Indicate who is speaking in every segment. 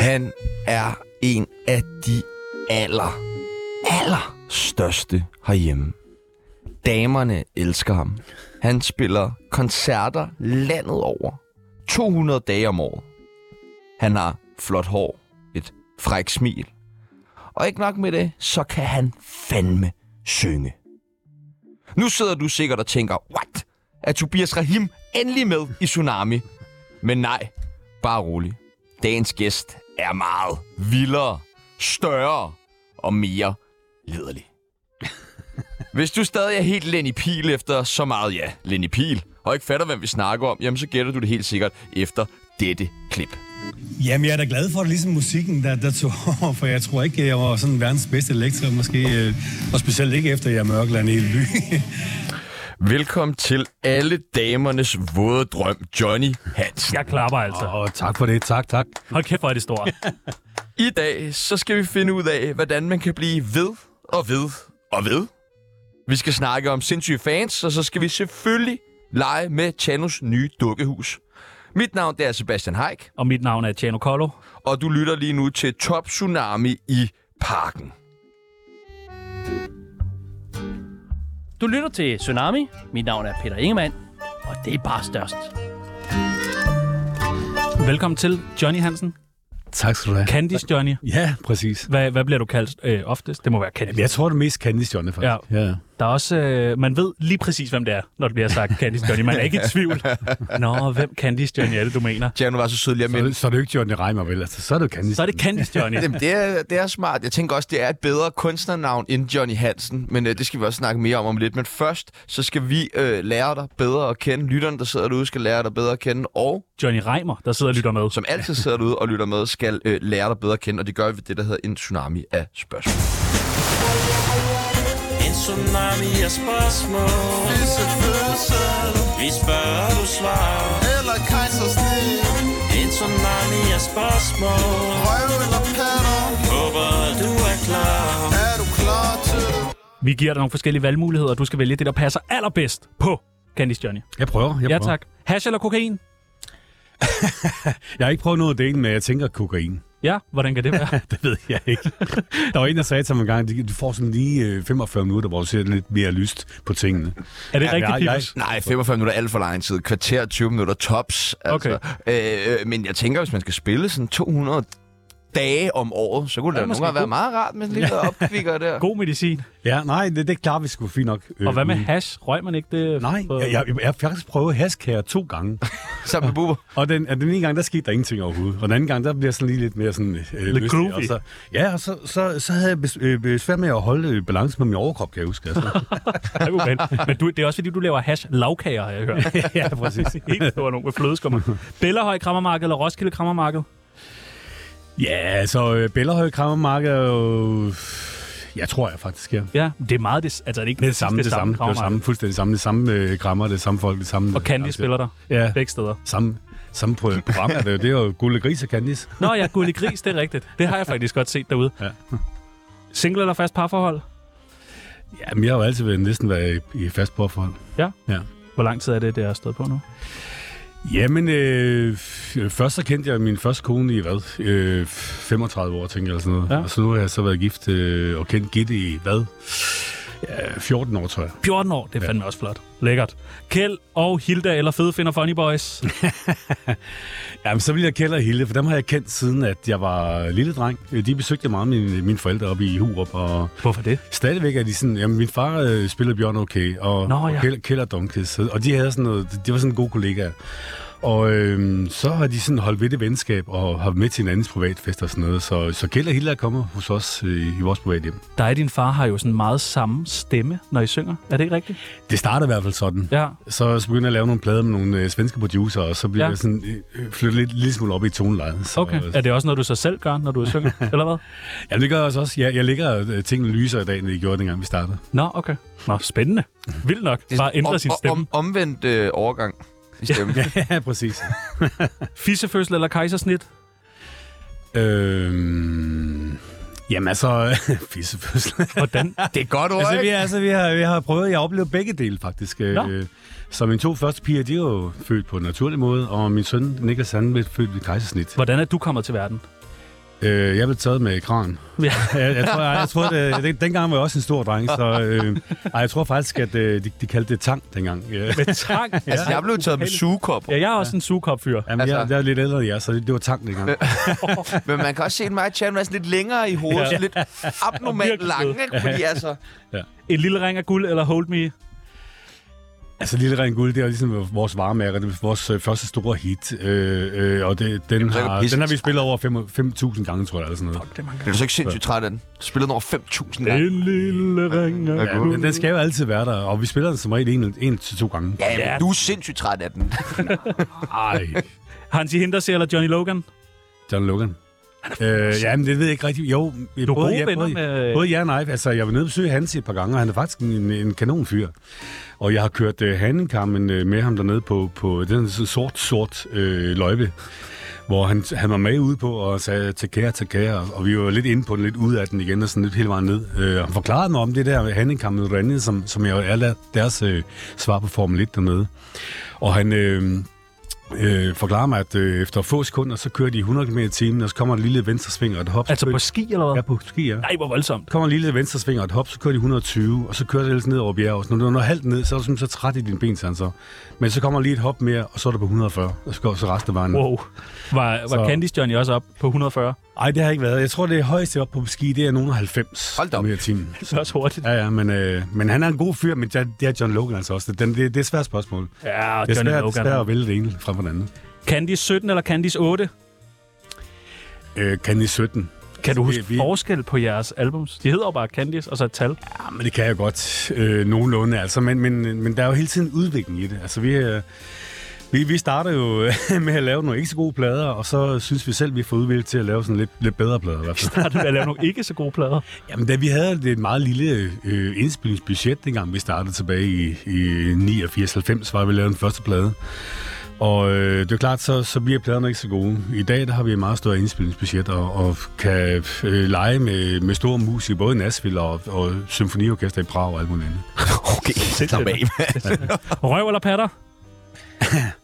Speaker 1: Han er en af de aller, aller største herhjemme. Damerne elsker ham. Han spiller koncerter landet over. 200 dage om året. Han har flot hår, et fræk smil. Og ikke nok med det, så kan han fandme synge. Nu sidder du sikkert og tænker, what? Er Tobias Rahim endelig med i Tsunami? Men nej, bare rolig. Dagens gæst er meget vildere, større og mere lederlig. Hvis du stadig er helt Lenny Pil efter så meget, ja, Lenny Pil, og ikke fatter, hvad vi snakker om, jamen så gætter du det helt sikkert efter dette klip.
Speaker 2: Jamen, jeg er da glad for det, ligesom musikken, der, der tog over, for jeg tror ikke, jeg var sådan verdens bedste elektriker, måske, øh, og specielt ikke efter, jeg er mørkland i hele byen.
Speaker 1: Velkommen til alle damernes våde drøm, Johnny Hansen.
Speaker 3: Jeg klapper altså.
Speaker 2: og tak for det, tak, tak.
Speaker 3: Hold kæft, hvor er det stort.
Speaker 1: I dag så skal vi finde ud af, hvordan man kan blive ved og ved og ved. Vi skal snakke om sindssyge fans, og så skal vi selvfølgelig lege med Chanos nye dukkehus. Mit navn det er Sebastian Haik,
Speaker 3: Og mit navn er Tjano Kollo.
Speaker 1: og du lytter lige nu til Top Tsunami i Parken.
Speaker 3: Du lytter til Tsunami. Mit navn er Peter Ingemann. Og det er bare størst. Velkommen til Johnny Hansen.
Speaker 2: Tak skal du have.
Speaker 3: Candice Johnny.
Speaker 2: Ja, præcis.
Speaker 3: Hvad, hvad bliver du kaldt øh, oftest? Det må være Candice.
Speaker 2: Jeg tror, det er mest Candice Johnny, faktisk. Ja. ja.
Speaker 3: Der er også, øh, man ved lige præcis, hvem det er, når det bliver sagt Candice Johnny. Man er ikke i tvivl. Nå, hvem Candice Johnny er det, du mener?
Speaker 1: Chano var så sødlig at
Speaker 2: Så, er
Speaker 1: minde.
Speaker 2: det- så er det jo ikke Johnny Reimer, vel? Altså, så er det jo Candice.
Speaker 3: Så er det Candice Johnny.
Speaker 1: Jamen, det, er, det er smart. Jeg tænker også, det er et bedre kunstnernavn end Johnny Hansen, men øh, det skal vi også snakke mere om om lidt. Men først, så skal vi øh, lære dig bedre at kende. Lytterne, der sidder derude, skal lære dig bedre at kende, og
Speaker 3: Johnny Reimer, der sidder og lytter med.
Speaker 1: som altid sidder derude og lytter med, skal øh, lære dig bedre at kende, og det gør vi ved det, der hedder en tsunami af spørgsmål.
Speaker 4: En tsunami af spørgsmål Vi spørger, du svarer
Speaker 5: Eller kejsersnit
Speaker 4: En tsunami af spørgsmål
Speaker 5: Røv eller patter
Speaker 4: Håber, du er klar
Speaker 5: Er du klar til det?
Speaker 3: Vi giver dig nogle forskellige valgmuligheder, og du skal vælge det, der passer allerbedst på Candice Johnny.
Speaker 2: Jeg prøver. Jeg
Speaker 3: Ja
Speaker 2: prøver.
Speaker 3: tak. Hash eller kokain?
Speaker 2: Jeg har ikke prøvet noget af delen, men jeg tænker kokain.
Speaker 3: Ja, hvordan kan det være?
Speaker 2: Det ved jeg ikke. Der var en, der sagde til mig en gang, at du får sådan lige øh, 45 minutter, hvor du ser lidt mere lyst på tingene.
Speaker 3: Er det ja,
Speaker 2: jeg-
Speaker 3: rigtigt,
Speaker 2: jeg-
Speaker 3: Pibus?
Speaker 1: Nej, 45 minutter er alt for lang tid. Kvarter, 20 minutter tops. Altså. Okay. Øh, men jeg tænker, hvis man skal spille sådan 200 dage om året, så kunne
Speaker 3: Ja,
Speaker 1: det da nogle
Speaker 3: måske
Speaker 1: gange være
Speaker 3: god.
Speaker 1: meget rart med sådan en lille opkvikker der.
Speaker 3: God medicin.
Speaker 2: Ja, nej, det, det er klart, vi skulle fint nok. øh,
Speaker 3: Og hvad med
Speaker 2: ude.
Speaker 3: hash? Røg man ikke det?
Speaker 2: Nej,
Speaker 3: på-
Speaker 2: jeg, jeg, jeg har faktisk prøvet haskager to gange.
Speaker 1: Sammen med Bubber.
Speaker 2: Og den, og den ene gang, der skete der ingenting overhovedet. Og den anden gang, der blev jeg sådan lige lidt mere sådan... Øh, lystig.
Speaker 3: groovy.
Speaker 2: Og så, ja, og så, så, så havde jeg bes, øh, besvær med at holde øh, balancen på min overkrop, kan jeg huske. Altså.
Speaker 3: Ej, okay. Men du, det er også, fordi du laver hash lavkager, har jeg hørt.
Speaker 2: ja, præcis.
Speaker 3: Helt stor nogen med flødeskummer. Bellerhøj Krammermarked eller Roskilde Krammermarked?
Speaker 2: Ja, så øh, Bellerhøj Krammermarked er jo... Jeg tror jeg faktisk, ja.
Speaker 3: Ja, det er meget det, altså, det er ikke
Speaker 2: Det er det samme, det, det samme, det er
Speaker 3: Krammermarked.
Speaker 2: samme, fuldstændig samme, det samme øh, krammer, det samme folk, det samme... øh, altså.
Speaker 3: Og Candice spiller der
Speaker 2: Ja,
Speaker 3: begge steder.
Speaker 2: samme, samme pro- program er det jo. Det er jo Gulde Gris og Candice.
Speaker 3: Nå ja, Gulli Gris, det er rigtigt. Det har jeg faktisk godt set derude.
Speaker 2: Ja.
Speaker 3: Single eller fast parforhold?
Speaker 2: Ja, men jeg har jo altid været, næsten været i, i fast påforhold.
Speaker 3: Ja.
Speaker 2: Ja.
Speaker 3: Hvor lang tid er det, det har stået på nu?
Speaker 2: Jamen, øh, f- først så kendte jeg min første kone i, hvad, øh, 35 år, tænker jeg, eller sådan noget.
Speaker 3: Ja.
Speaker 2: Ja. Og så nu har jeg så været gift øh, og kendt Gitte i, hvad, ja, 14 år, tror jeg.
Speaker 3: 14 år, det er fandme også flot. Lækkert. Kjeld og Hilda eller Fede Finder Funny Boys?
Speaker 2: Jamen, så vil jeg Kjeld og Hilde, for dem har jeg kendt siden, at jeg var lille dreng. Øh, De besøgte meget mine, mine forældre oppe i Hurup, og
Speaker 3: Hvorfor det?
Speaker 2: stadigvæk er de sådan, jamen, min far øh, spiller Bjørn okay, og,
Speaker 3: Nå,
Speaker 2: og
Speaker 3: ja.
Speaker 2: Kjeld, Kjeld og Donkids, så- og de havde sådan noget, de var sådan gode kollegaer. Og øhm, så har de sådan holdt ved det venskab og har med til hinandens privatfest og sådan noget. Så, så Kjeld og Hilde er kommet hos os øh, i vores privat hjem.
Speaker 3: Dig og din far har jo sådan meget samme stemme, når I synger. Er det ikke rigtigt?
Speaker 2: Det startede i hvert fald sådan.
Speaker 3: Ja.
Speaker 2: Så, så begyndte jeg at lave nogle plader med nogle øh, svenske producer, og så blev
Speaker 3: Ja.
Speaker 2: ja. jeg sådan, øh, flyttet lidt, lidt smule op i tonelejet. Så,
Speaker 3: Okay. Er det også noget, du så selv gør, når du synger? Eller hvad?
Speaker 2: Ja, det gør jeg også. også. Jeg, jeg ligger øh, tingene lyser i dag, end de gjorde, dengang vi startede.
Speaker 3: Nå, okay. Nå, spændende. Vildt nok. Bare ændre sin stemme.
Speaker 1: omvendt øh, overgang i stemmen.
Speaker 2: ja, præcis.
Speaker 3: Fissefødsel eller kejsersnit?
Speaker 2: øhm, Jamen altså, fissefødsel.
Speaker 3: Hvordan?
Speaker 1: Det er godt ord,
Speaker 2: altså, vi,
Speaker 1: ikke?
Speaker 2: altså, vi, har, vi har prøvet, jeg har oplevet begge dele faktisk.
Speaker 3: Nå.
Speaker 2: Øh, Så mine to første piger, de er jo født på en naturlig måde, og min søn Niklas, han blev født ved kejsersnit.
Speaker 3: Hvordan er du kommet til verden?
Speaker 2: Øh, jeg blev taget med kran.
Speaker 3: Ja.
Speaker 2: Jeg, jeg tror, jeg, jeg tror det, det, dengang var jeg også en stor dreng, så øh, ej, jeg tror faktisk, at øh, de, de kaldte det tang dengang. Ja. Jamen,
Speaker 3: Med trang?
Speaker 1: Altså, jeg blev taget med sugekop,
Speaker 3: Ja, jeg er også en sugekopfyr.
Speaker 2: altså,
Speaker 1: Altså-
Speaker 2: jeg, jeg er lidt ældre end jer, så det, det var tang dengang.
Speaker 1: men man kan også se, at mig og Chan er sådan lidt længere i hovedet,
Speaker 3: Ja.
Speaker 1: ja. lidt abnormalt
Speaker 3: Virkelig.
Speaker 1: lange, ikke? fordi altså,
Speaker 3: En lille ring af guld eller hold me.
Speaker 2: Altså, Lille Ren Guld, det er ligesom vores varemærke, det er vores øh, første store hit, øh, øh, og det, den,
Speaker 1: så er det
Speaker 2: har,
Speaker 1: pisse.
Speaker 2: den har vi spillet over fem- 5.000 gange, tror jeg, eller sådan noget.
Speaker 1: er du så ikke sindssygt træt af den? Du spillede den over 5.000 gange.
Speaker 3: En lille ring af
Speaker 2: Ja, den, den skal jo altid være der, og vi spiller den som regel en, en til to gange.
Speaker 1: Ja,
Speaker 3: Ja.
Speaker 1: men du er sindssygt træt af den.
Speaker 2: Ej,
Speaker 3: Hansi Hinderseer eller Johnny Logan?
Speaker 2: John Logan. Øh, ja, men det ved jeg ikke rigtigt. Jo, jeg
Speaker 3: Du er gode venner
Speaker 2: både,
Speaker 3: med-
Speaker 2: Både ja og nej. Altså, jeg var nede og besøge Hans et par gange, og han er faktisk en, en kanonfyr. Og jeg har kørt øh, handekammen øh, med ham dernede på, på den sådan sort, sort øh, løjpe, hvor han, han var med ude på og sagde, til kære, til kære, og vi var lidt inde på den, lidt ud af den igen, og sådan lidt hele vejen ned. Øh, og han forklarede mig om det der handekamp med Rennie, som, som jeg er la- deres øh, svar på Formel 1 dernede. Og han øh, øh, forklarer mig, at øh, efter få sekunder, så kører de 100 km i timen, og så kommer en lille venstresving og et hop. så
Speaker 3: Altså
Speaker 2: kører
Speaker 3: på
Speaker 2: de-
Speaker 3: ski eller
Speaker 2: Ja,
Speaker 3: hvad?
Speaker 2: på ski, ja
Speaker 3: Nej, hvor voldsomt.
Speaker 2: kommer en lille venstresving og et hop, så kører de 120, og så kører det ellers ned over bjerget. Så når du når halvt ned, så er du simpelthen så træt i dine ben, siger han så. Men så kommer lige et hop mere, og så er du på 140, og så går så resten af vejen.
Speaker 3: Wow. Var, var
Speaker 2: Så-
Speaker 3: Candice Johnny også op på 140?
Speaker 2: Ej, det har ikke været. Jeg tror, det er højeste op på ski, det er nogen af 90
Speaker 1: Hold da op.
Speaker 2: km i timen.
Speaker 3: Det er også hurtigt.
Speaker 2: Ja, ja, men, øh, men han er en god fyr, men det er, det er John Logan altså også. Det, den, det, det er et svært spørgsmål.
Speaker 3: Ja, og
Speaker 2: Det er
Speaker 3: Johnny
Speaker 2: svært, svært
Speaker 3: Logan.
Speaker 2: at vælge det ene frem for det andet.
Speaker 3: Candice 17 eller Candice 8?
Speaker 2: Øh, kan i 17.
Speaker 3: Kan du huske
Speaker 2: Vi- vi-
Speaker 3: forskel på jeres albums? De hedder jo bare Candice og så et tal.
Speaker 2: Ja, men det kan jeg godt øh, nogenlunde, altså. Men, men, men der er jo hele tiden udvikling i det. Altså, vi, øh, vi, vi starter jo øh, med at lave nogle ikke så gode plader, og så synes vi selv, vi får udviklet til at lave sådan lidt, lidt bedre plader. I hvert fald.
Speaker 3: Har du været lavet nogle ikke så gode plader?
Speaker 2: Jamen, da vi havde et meget lille øh, indspillingsbudget, dengang vi startede tilbage i, i 89-90, var vi lavet den første plade. Og øh, det er klart, så, så bliver pladerne ikke så gode. I dag der har vi et meget større indspillingsbudget og, og kan øh, lege med, med store musikere, både i Nashville og, og symfoniorkester i Prag og alt muligt andet.
Speaker 1: Okay, slap af.
Speaker 3: Røv eller patter?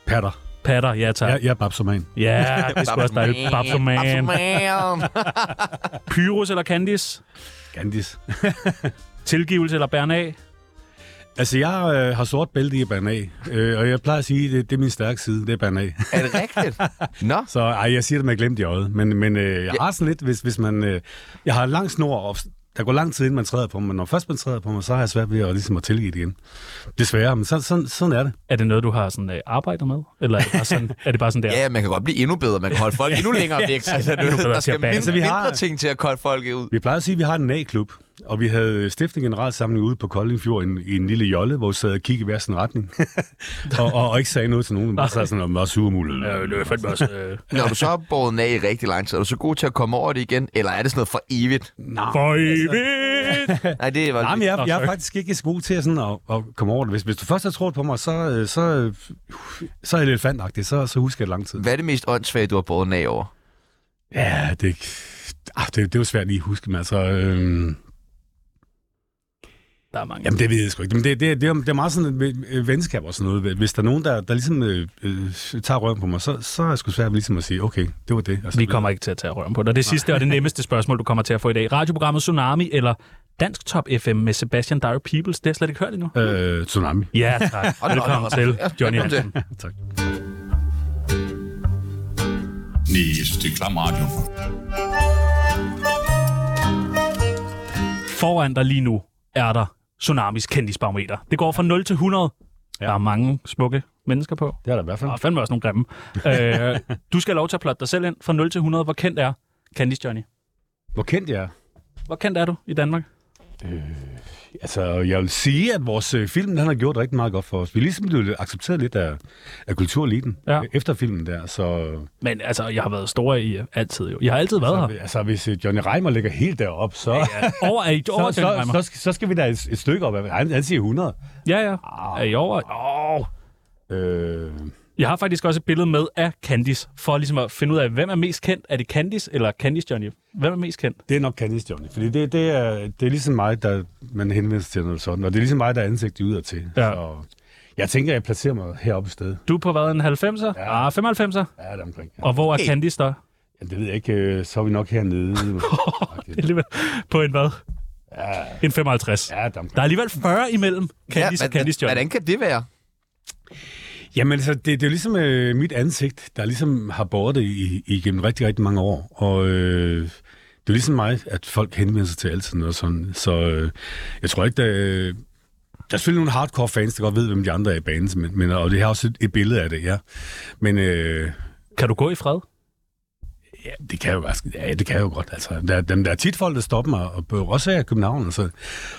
Speaker 2: Patter.
Speaker 3: Patter, ja tak.
Speaker 2: Jeg, jeg er babsoman.
Speaker 3: Ja, det er sgu også dejligt. Babsoman. Pyrus eller Candice?
Speaker 2: Gandis.
Speaker 3: Tilgivelse eller bæren af?
Speaker 2: Altså, jeg øh, har sort bælte i at bande af, øh, og jeg plejer at sige, det, det er min stærke side, det er bande af.
Speaker 1: Er det rigtigt? Nå,
Speaker 2: Så ej, jeg siger det med at glemme det i øjet, men, men øh, jeg har sådan lidt, hvis, hvis man... Øh, jeg har lang snor, og der går lang tid, inden man træder på mig, men når først man træder på mig, så har jeg svært ved at, ligesom at tilgive det igen. Desværre, men så, sådan, sådan er det.
Speaker 3: Er det noget, du har sådan, øh, arbejdet med? Eller er det bare sådan, er det bare sådan der?
Speaker 1: ja, man kan godt blive endnu bedre. Man kan holde folk endnu længere væk. Altså, du,
Speaker 3: Endnu bedre
Speaker 1: der
Speaker 3: til at
Speaker 1: skal
Speaker 3: bande.
Speaker 1: mindre,
Speaker 3: Altså,
Speaker 2: vi har-
Speaker 1: mindre ting til at kolde folk ud.
Speaker 2: Vi plejer at sige, at vi har en A-klub, og vi havde stiftet en generalsamling ude på Kolding Fjord i en, i en lille jolle, hvor vi sad og kiggede i hver sin retning, og, og, og, ikke sagde noget til nogen, men bare sad sådan og var surmulet.
Speaker 3: Øh, det er fandme også... Øh,
Speaker 1: Når du så har båret den af i rigtig lang tid, er du så god til at komme over det igen? Eller er det sådan noget for evigt?
Speaker 3: for evigt!
Speaker 1: Nej, det var
Speaker 2: Nej, men jeg,
Speaker 3: Nå,
Speaker 2: jeg
Speaker 3: sorry.
Speaker 2: er faktisk ikke så god til sådan at, at komme over det. Hvis, hvis du først har troet på mig, så, øh, så, øh, så er jeg elefantagtig, så, så husker jeg det lang tid.
Speaker 1: Hvad er det mest åndssvage, du har båret den af over?
Speaker 2: Ja, det, er ikke- ah, det, det er jo svært lige at huske, men altså... Øh,
Speaker 3: Der er mange.
Speaker 2: Jamen, det ved jeg sgu ikke. Men det, det, det, er, det er meget sådan et øh, venskab og sådan noget. Hvis der er nogen, der, der ligesom øh, øh, tager røven på mig, så, så er jeg sgu svært ligesom at sige, okay, det var det. Altså,
Speaker 3: Vi kommer ikke til at tage røven på dig. Det sidste og det nemmeste spørgsmål, du kommer til at få i dag. Radioprogrammet Tsunami eller Dansk Top FM med Sebastian Dire Peoples. Det har jeg slet ikke hørt endnu.
Speaker 2: Øh, tsunami.
Speaker 3: Ja, tak.
Speaker 1: da op,
Speaker 3: Velkommen
Speaker 1: Anders.
Speaker 3: til,
Speaker 1: Ja,
Speaker 3: Johnny
Speaker 1: velkommen til.
Speaker 3: Hansen.
Speaker 2: Tak.
Speaker 6: Næs, det er klam radio.
Speaker 3: Foran dig lige nu er der Tsunamis kendisbarometer. Det går fra 0 til 100. Der er mange smukke mennesker på.
Speaker 2: Det er der i hvert fald.
Speaker 3: Der er fandme også nogle grimme. øh, du skal have lov til at plotte dig selv ind fra 0 til 100. Hvor kendt er Candice Johnny?
Speaker 2: Hvor kendt jeg er?
Speaker 3: Hvor kendt er du i Danmark?
Speaker 2: Altså, jeg vil sige, at vores øh, film, den har gjort rigtig meget godt for os. Vi er ligesom blevet accepteret lidt af, af kultureliten
Speaker 3: Ja.
Speaker 2: ja. efter filmen der, så...
Speaker 3: Men altså, jeg har været stor i øh, altid jo. Jeg har altid været her.
Speaker 2: Altså, altså, hvis øh, Johnny Reimer ligger helt derop, så... Ja, ja.
Speaker 3: Over er I over,
Speaker 2: så,
Speaker 3: Johnny
Speaker 2: så,
Speaker 3: Reimer?
Speaker 2: så, skal- så, skal vi da et,
Speaker 3: Ah.
Speaker 2: et stykke op. Han, han siger 100.
Speaker 3: Ja, ja. Er I over? Åh,
Speaker 2: Øh,
Speaker 3: Jeg har faktisk også et billede med af Candice, for ligesom at finde ud af, hvem er mest kendt. Er det Candice eller Candice Johnny? Hvem er mest kendt?
Speaker 2: Det er nok Candice Johnny, fordi det, det, er, det er ligesom mig, der man henvender sig til noget sådan, og det er ligesom mig, der er ansigt udad til.
Speaker 3: Ja.
Speaker 2: Så jeg tænker, jeg placerer mig heroppe et sted.
Speaker 3: Du er på hvad, en 90'er? Ja. Ah, 95'er?
Speaker 2: Ja, der omkring. Ja.
Speaker 3: Og hvor er Candice der?
Speaker 2: Ja, det ved jeg ikke, øh, så er vi nok hernede.
Speaker 3: Det er alligevel på en hvad? Ja. En 55. Ja.
Speaker 2: ja, der omkring.
Speaker 3: Der er alligevel 40 imellem Candice ja, og Candice Johnny.
Speaker 1: Hvordan kan det være?
Speaker 2: Jamen altså, det, det er jo ligesom øh, mit ansigt, der ligesom har båret det i, igennem rigtig, rigtig mange år. Og øh, det er jo ligesom mig, at folk henvender sig til altid og sådan. Så øh, jeg tror ikke, der, øh, der er selvfølgelig nogle hardcore fans, der godt ved, hvem de andre er i banen, men, men, og det har også et, et billede af det, ja. Men øh,
Speaker 3: Kan du gå i fred?
Speaker 2: ja, det kan jeg jo, faktisk- ja, det kan jeg jo godt. Altså, der, dem, der er tit folk, der stopper mig, og på, også her i København. Altså.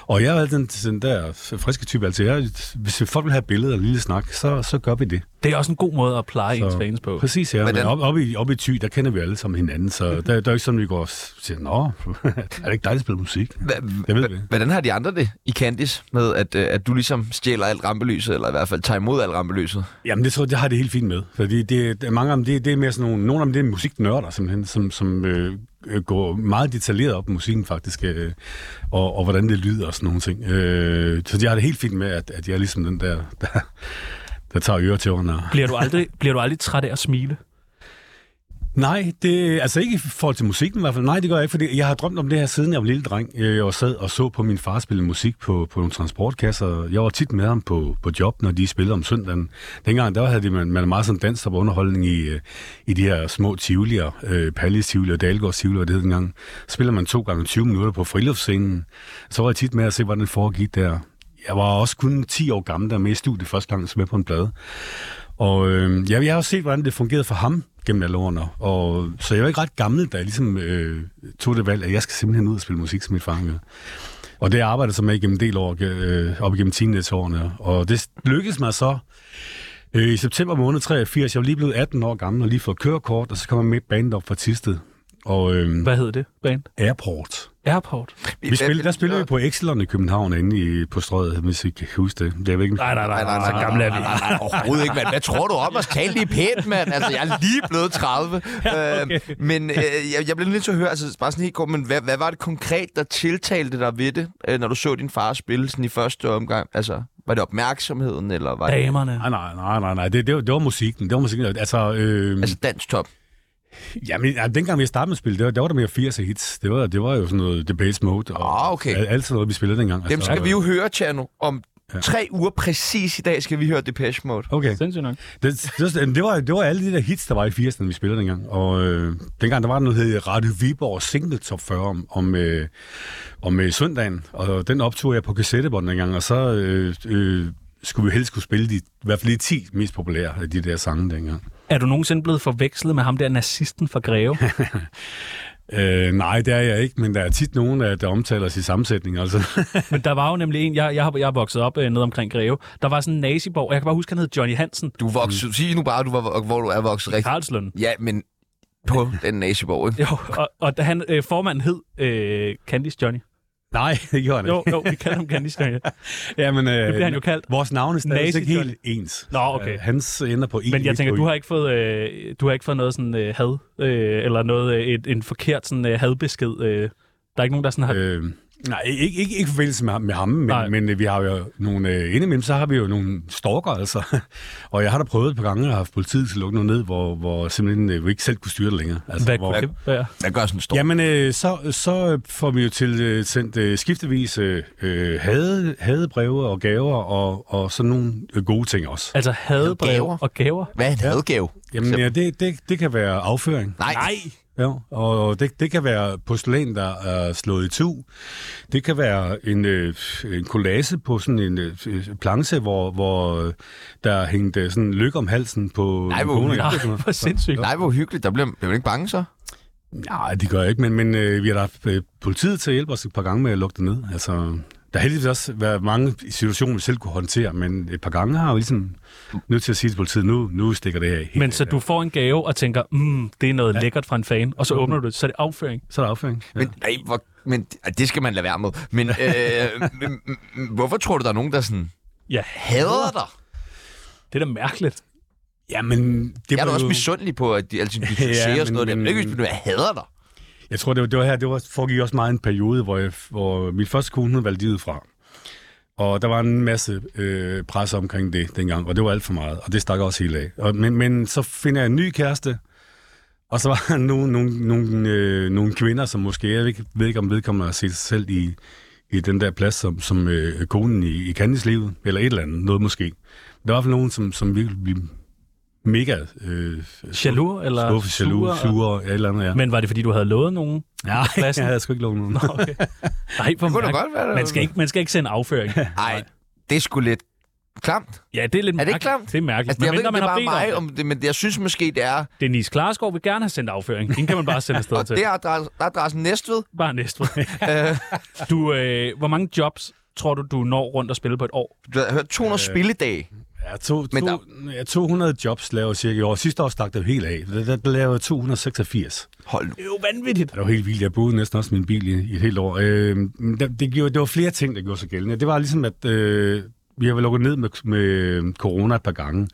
Speaker 2: Og jeg er jo altid den, den der friske type. Altså, jeg, hvis folk vil have billeder og en lille snak, så, så gør vi det.
Speaker 3: Det er også en god måde at pleje så. ens
Speaker 2: Så-
Speaker 3: fans på.
Speaker 2: Præcis, ja. Men
Speaker 1: Hvordan-
Speaker 2: op, op, i, op i Thy, der kender vi alle sammen hinanden, så der, der er jo ikke sådan, vi går og siger, nå, er det ikke dig, der spiller musik?
Speaker 1: Hva-
Speaker 2: Jeg ved
Speaker 1: hva-
Speaker 2: det.
Speaker 1: Hvordan har de andre det i Candice med, at, øh, at du ligesom stjæler alt rampelyset, eller i hvert fald tager imod alt rampelyset?
Speaker 2: Jamen, det tror jeg, det har det helt fint med. Fordi det, det- mange af dem, det, det er mere sådan nogle, nogle af dem, det er musiknørder simpelthen, som, som øh, øh, går meget detaljeret op i musikken faktisk, øh, og, og hvordan det lyder og sådan nogle ting. Øh, så jeg har det helt fint med, at, at jeg er ligesom den der, der, der tager øretæverne og
Speaker 3: Bliver du, aldrig, bliver du aldrig træt af at smile?
Speaker 2: Nej, det, altså ikke i forhold til musikken i hvert fald. Nej, det gør jeg ikke, fordi jeg har drømt om det her siden jeg var lille dreng. Øh, Jeg sad og så på min far spille musik på, på nogle transportkasser. Jeg var tit med ham på, på job, når de spillede om søndagen. Dengang der havde de, man, man meget sådan dans, der var underholdning i, øh, i de her små tivolier, øh, Pallis Tivoli og Dalgårds Tivoli, og det hed dengang. Spiller man to gange 20 minutter på friluftsscenen. Så var jeg tit med at se, hvordan det foregik der. Jeg var også kun 10 år gammel, der var med i studiet første gang, som med på en plade. Og øh, jeg, jeg har også set, hvordan det fungerede for ham gennem alle årene. Og, så jeg var ikke ret gammel, da jeg ligesom, øh, tog det valg, at jeg skal simpelthen ud og spille musik, som mit far gør. Og det arbejdede jeg så med igennem en del år, øh, op igennem teenageårene. Og det lykkedes mig så øh, i september måned 83. Jeg var lige blevet 18 år gammel og lige fået kørekort, og så kom jeg med bandet op fra Tisted. Og øh,
Speaker 3: Hvad hedder det? Band?
Speaker 2: Airport.
Speaker 3: Airport.
Speaker 2: Vi spillede, der spillede vi på Exelon i København, inde i, på strøget, hvis I kan huske det. Jeg ved ikke, om-
Speaker 3: Nej, nej, nej, nej,
Speaker 2: Ah,
Speaker 3: nej,
Speaker 1: nej,
Speaker 3: så gamle er vi.
Speaker 1: nej, nej, nej, overhovedet ikke, mand. Hvad tror du om at tale lige pænt, mand? Altså, jeg er lige blevet 30. ja, okay. øh, men øh, jeg, jeg blev nødt til at høre, altså bare sådan helt kort, men hvad, hvad var det konkret, der tiltalte dig ved det, øh, når du så din far spille sådan i første omgang? Altså, var det opmærksomheden, eller var det...
Speaker 3: Damerne.
Speaker 2: nej, nej, nej, nej, nej. Det, det, var, det var musikken. Det var musikken. Altså, øh,
Speaker 1: Altså dansk top.
Speaker 2: Jamen, ja, dengang vi startede med at spille, det var, der var der mere 80'er hits. Det var, det var jo sådan noget The Bass Mode. Og
Speaker 1: Ah, okay.
Speaker 2: Alt, alt sådan noget, vi spillede dengang.
Speaker 1: Dem skal
Speaker 2: øh,
Speaker 1: vi jo høre, Tjerno. Om tre uger præcis i dag skal vi høre Depeche Mode.
Speaker 2: Okay.
Speaker 3: Sindssygt nok.
Speaker 2: Det, det, var- det, var, det var alle de der hits, der var i 80'erne, vi spillede dengang. Og øh, dengang, der var noget, der hed Radio Viborg Single Top 40 om, om, øh, om øh, søndagen. Og den optog jeg på kassettebånd dengang, og så øh, øh, skulle vi helst kunne spille de, i hvert fald de 10 mest populære af de der sange dengang.
Speaker 3: Er du nogensinde blevet forvekslet med ham der nazisten fra Greve?
Speaker 2: Øh, nej, det er jeg ikke, men der er tit nogen, der, der omtaler os i sammensætning. Altså.
Speaker 3: Men der var jo nemlig en, jeg, jeg, har, jeg er vokset op øh, nede omkring Greve, der var sådan en naziborg, og jeg kan bare huske, han hed Johnny Hansen.
Speaker 1: Du voksede, sig nu bare, du var, hvor du er vokset rigtigt.
Speaker 3: Karlslund.
Speaker 1: Mm. Ja, men på den naziborg, ikke?
Speaker 3: Jo, og, og da han, øh, formanden hed øh, Candice Johnny.
Speaker 2: Nej, det gjorde han
Speaker 3: Jo, jo, vi kalder ham Candice Johnny.
Speaker 2: Jamen, øh, det
Speaker 3: bliver han jo kaldt.
Speaker 2: Vores navne er stadig
Speaker 3: Nazi
Speaker 2: ikke
Speaker 3: Johnny.
Speaker 2: helt ens.
Speaker 3: Nå, okay.
Speaker 2: Øh, Hans ender på en.
Speaker 3: Men jeg
Speaker 2: mit
Speaker 3: tænker,
Speaker 2: på
Speaker 3: du
Speaker 2: en.
Speaker 3: har ikke fået, øh, du har ikke fået noget sådan øh, had, øh, eller noget, øh, et, en forkert sådan, øh, hadbesked. Øh. Der er ikke nogen, der sådan har... Øh.
Speaker 2: Øh, nej, ikke, ikke, ikke i forbindelse med, ham- med ham,
Speaker 3: Nej.
Speaker 2: men, men øh, vi har jo nogle... Øh, indimellem, så har vi jo nogle stalker, altså. Og jeg har da prøvet et par gange at have haft politiet til at lukke noget ned, hvor, hvor simpelthen øh, vi ikke selv kunne styre det længere. Altså,
Speaker 3: Hvad
Speaker 2: hvor,
Speaker 3: kunne det være?
Speaker 1: Jeg gør sådan en stor.
Speaker 2: Jamen, øh, så, så øh, får vi jo til øh, sendt øh, skiftevis øh, øh, hade, hadebreve og gaver og, og sådan nogle øh, gode ting også.
Speaker 3: Altså hadbrev
Speaker 1: Gaver.
Speaker 3: og gaver.
Speaker 1: Hvad er en hadgave?
Speaker 2: Jamen, ja, det, det, det kan være afføring.
Speaker 1: Nej.
Speaker 2: Ja, og det, det kan være porcelæn, der er slået i tu. Det kan være en, øh, en collage på sådan en øh, planche, hvor, hvor øh, der er hængt øh, sådan en lykke om halsen på...
Speaker 1: Nej,
Speaker 2: en
Speaker 1: hvor
Speaker 2: kone.
Speaker 1: uhyggeligt.
Speaker 3: Nej, Ah, hvor sindssygt.
Speaker 1: Nej, hvor hyggeligt. Der bliver, bliver man ikke bange så?
Speaker 2: Nej, det gør jeg ikke, men, men øh, vi har da haft øh, politiet til at hjælpe os et par gange med at lukke det ned. Altså, der har heldigvis også været mange situationer, vi selv kunne håndtere, men et par gange har jeg jo ligesom nødt til at sige til politiet, nu, nu stikker det her helt
Speaker 3: Men
Speaker 2: af
Speaker 3: så
Speaker 2: der.
Speaker 3: du får en gave og tænker, mm, det er noget ja. lækkert fra en fan, og så
Speaker 2: Mhm.
Speaker 3: åbner du det, så er det afføring.
Speaker 2: Så er der afføring. Ja.
Speaker 1: Men, nej, hvor, men ah, det skal man lade være med. Men øh, men- men hvorfor tror du, der er nogen, der sådan
Speaker 3: Ja,
Speaker 1: hader dig?
Speaker 3: det er da mærkeligt.
Speaker 2: Jamen, det
Speaker 1: Jeg er
Speaker 2: var
Speaker 1: da også
Speaker 2: jo-
Speaker 1: misundelig på, at de, altså, de ja, ser og sådan
Speaker 2: men-
Speaker 1: noget. Men,
Speaker 2: men-
Speaker 1: det er ikke, fordi jeg hader dig.
Speaker 2: Jeg tror, det var, det var her, det var, foregik også meget en periode, hvor, jeg, hvor min første kone, hun valgte livet fra. Og der var en masse øh, pres omkring det dengang, og det var alt for meget, og det stak også helt af. Og, men, men så finder jeg en ny kæreste, og så var der nogle, nogle, nogle, øh, nogle kvinder, som måske, jeg ved ikke, ved ikke om vedkommende har set sig selv i, i den der plads som, som øh, konen i, i kandislivet, eller et eller andet, noget måske. Men der var i hvert fald nogen, som, som virkelig blev mega øh,
Speaker 3: Jaloux eller
Speaker 2: skuffet, jaloux,
Speaker 3: sure?
Speaker 2: sure, ja, et eller andet, ja.
Speaker 3: Men var det, fordi du havde lovet nogen?
Speaker 2: Nej,
Speaker 3: pladsen.
Speaker 2: jeg havde sgu ikke lukket nogen.
Speaker 3: Okay. Nej, for
Speaker 1: Det kunne da
Speaker 3: mærke-
Speaker 1: godt øh. være.
Speaker 3: man skal, ikke, man skal ikke sende afføring.
Speaker 1: Ej, det er sgu lidt klamt.
Speaker 3: Ja, det er lidt
Speaker 1: Er det
Speaker 3: mærkeligt.
Speaker 1: ikke klamt?
Speaker 3: Det er mærkeligt.
Speaker 1: Altså, jeg ved ikke,
Speaker 3: mindre
Speaker 1: om det er bare
Speaker 3: bedt om
Speaker 1: mig,
Speaker 3: det.
Speaker 1: om det, men jeg synes måske, det er...
Speaker 3: Denise Klarskov vil gerne have sendt afføring. Den kan man bare sende afsted
Speaker 1: Og
Speaker 3: til.
Speaker 1: det er adresse- der er adressen Næstved.
Speaker 3: Bare næste. du, øh, hvor mange jobs tror du, du når rundt og spille på et år?
Speaker 1: Du har hørt 200 spilledage.
Speaker 2: Ja, to,
Speaker 1: Men
Speaker 2: to, ja, 200 jobs laver jeg cirka i år. Sidste år stak det jo helt af. Der, der, der lavede jeg 286.
Speaker 1: Hold nu.
Speaker 3: Det er jo vanvittigt.
Speaker 2: Det var helt vildt. Jeg boede næsten også min bil i, i et helt år. Øh, men der, det, gjorde, det var flere ting, der gjorde sig gældende. Det var ligesom, at øh, vi har været lukket ned med, med corona et par gange.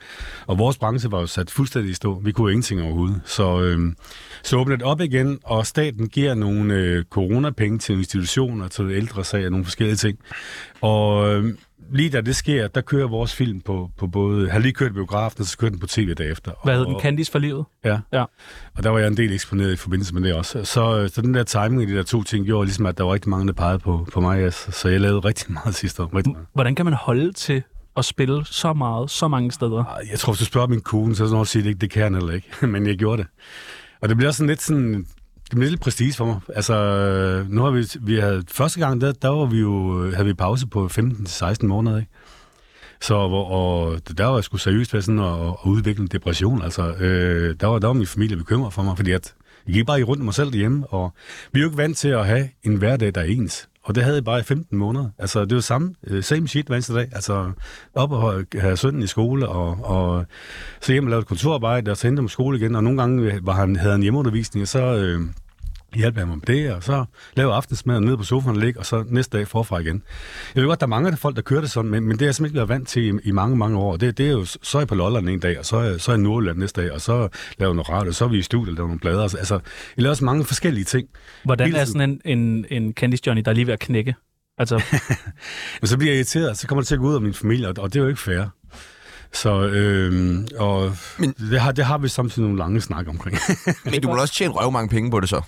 Speaker 2: Og vores branche var jo sat fuldstændig i stå. Vi kunne jo ingenting overhovedet. Så, øh, så åbnede det op igen, og staten giver nogle øh, coronapenge til institutioner, til ældre sager, nogle forskellige ting. Og øh, lige da det sker, der kører vores film på, på både... Har lige kørt i biografen, og så kører den på tv derefter.
Speaker 3: Hvad hed
Speaker 2: Og-
Speaker 3: den? Candice for livet?
Speaker 2: Ja.
Speaker 3: Ja.
Speaker 2: Og der var jeg en del eksponeret i forbindelse med det også. Så, så den der timing af de der to ting gjorde ligesom, at der var rigtig mange, der pegede på, på mig. Altså. Så jeg lavede rigtig meget sidste år. Rigtig meget.
Speaker 3: Hvordan kan man holde til at spille så meget, så mange steder?
Speaker 2: Ej, Jeg tror, hvis du spørger min kone, så er sådan sige, at det, det kan han heller ikke. Men jeg gjorde det. Og det bliver også sådan lidt sådan... Det bliver lidt prestige for mig. Altså, nu har vi... vi havde, første gang, der, der var vi jo, øh, havde vi pause på 15-16 måneder, ikke? Så hvor, og der var jeg sgu seriøst ved sådan at, at udvikle en depression. Altså, øh, der, var, der var min familie bekymret for mig, fordi at jeg gik bare i rundt om mig selv derhjemme, og vi er jo ikke vant til at have en hverdag, der er ens. Og det havde jeg bare i 15 måneder. Altså, det var samme, øh, same shit hver eneste dag. Altså, op og have- have sønnen i skole, og, og så hjem og lave et kontorarbejde, og så hente ham i skole igen. Og nogle gange øh, var han, havde han hjemmeundervisning, og så øh, hjalp jeg ham med det, og så lavede aftensmad nede på sofaen og ligge, og så næste dag forfra igen. Jeg ved godt, der er mange af de folk, der kører det sådan, men, men det har jeg simpelthen ikke været vant til i, i mange, mange år. Det, det er jo, så er jeg på Lolland en dag, og så er, jeg- så er jeg i Nordjylland næste dag, og så laver jeg noget radio, og så er vi i studiet og laver nogle blader. Altså, jeg laver også mange forskellige ting.
Speaker 3: Hvordan
Speaker 2: Hele
Speaker 3: er
Speaker 2: tiden.
Speaker 3: sådan en, en, en Candice Johnny, der er lige ved at knække? Altså,
Speaker 2: Men så bliver jeg irriteret, og så kommer det til at gå ud af min familie, og, og det er jo ikke fair. Så øh, og
Speaker 1: Men-
Speaker 2: men, det, har, det har vi samtidig nogle lange snak omkring.
Speaker 1: Men du må da også tjene røv mange penge på det så.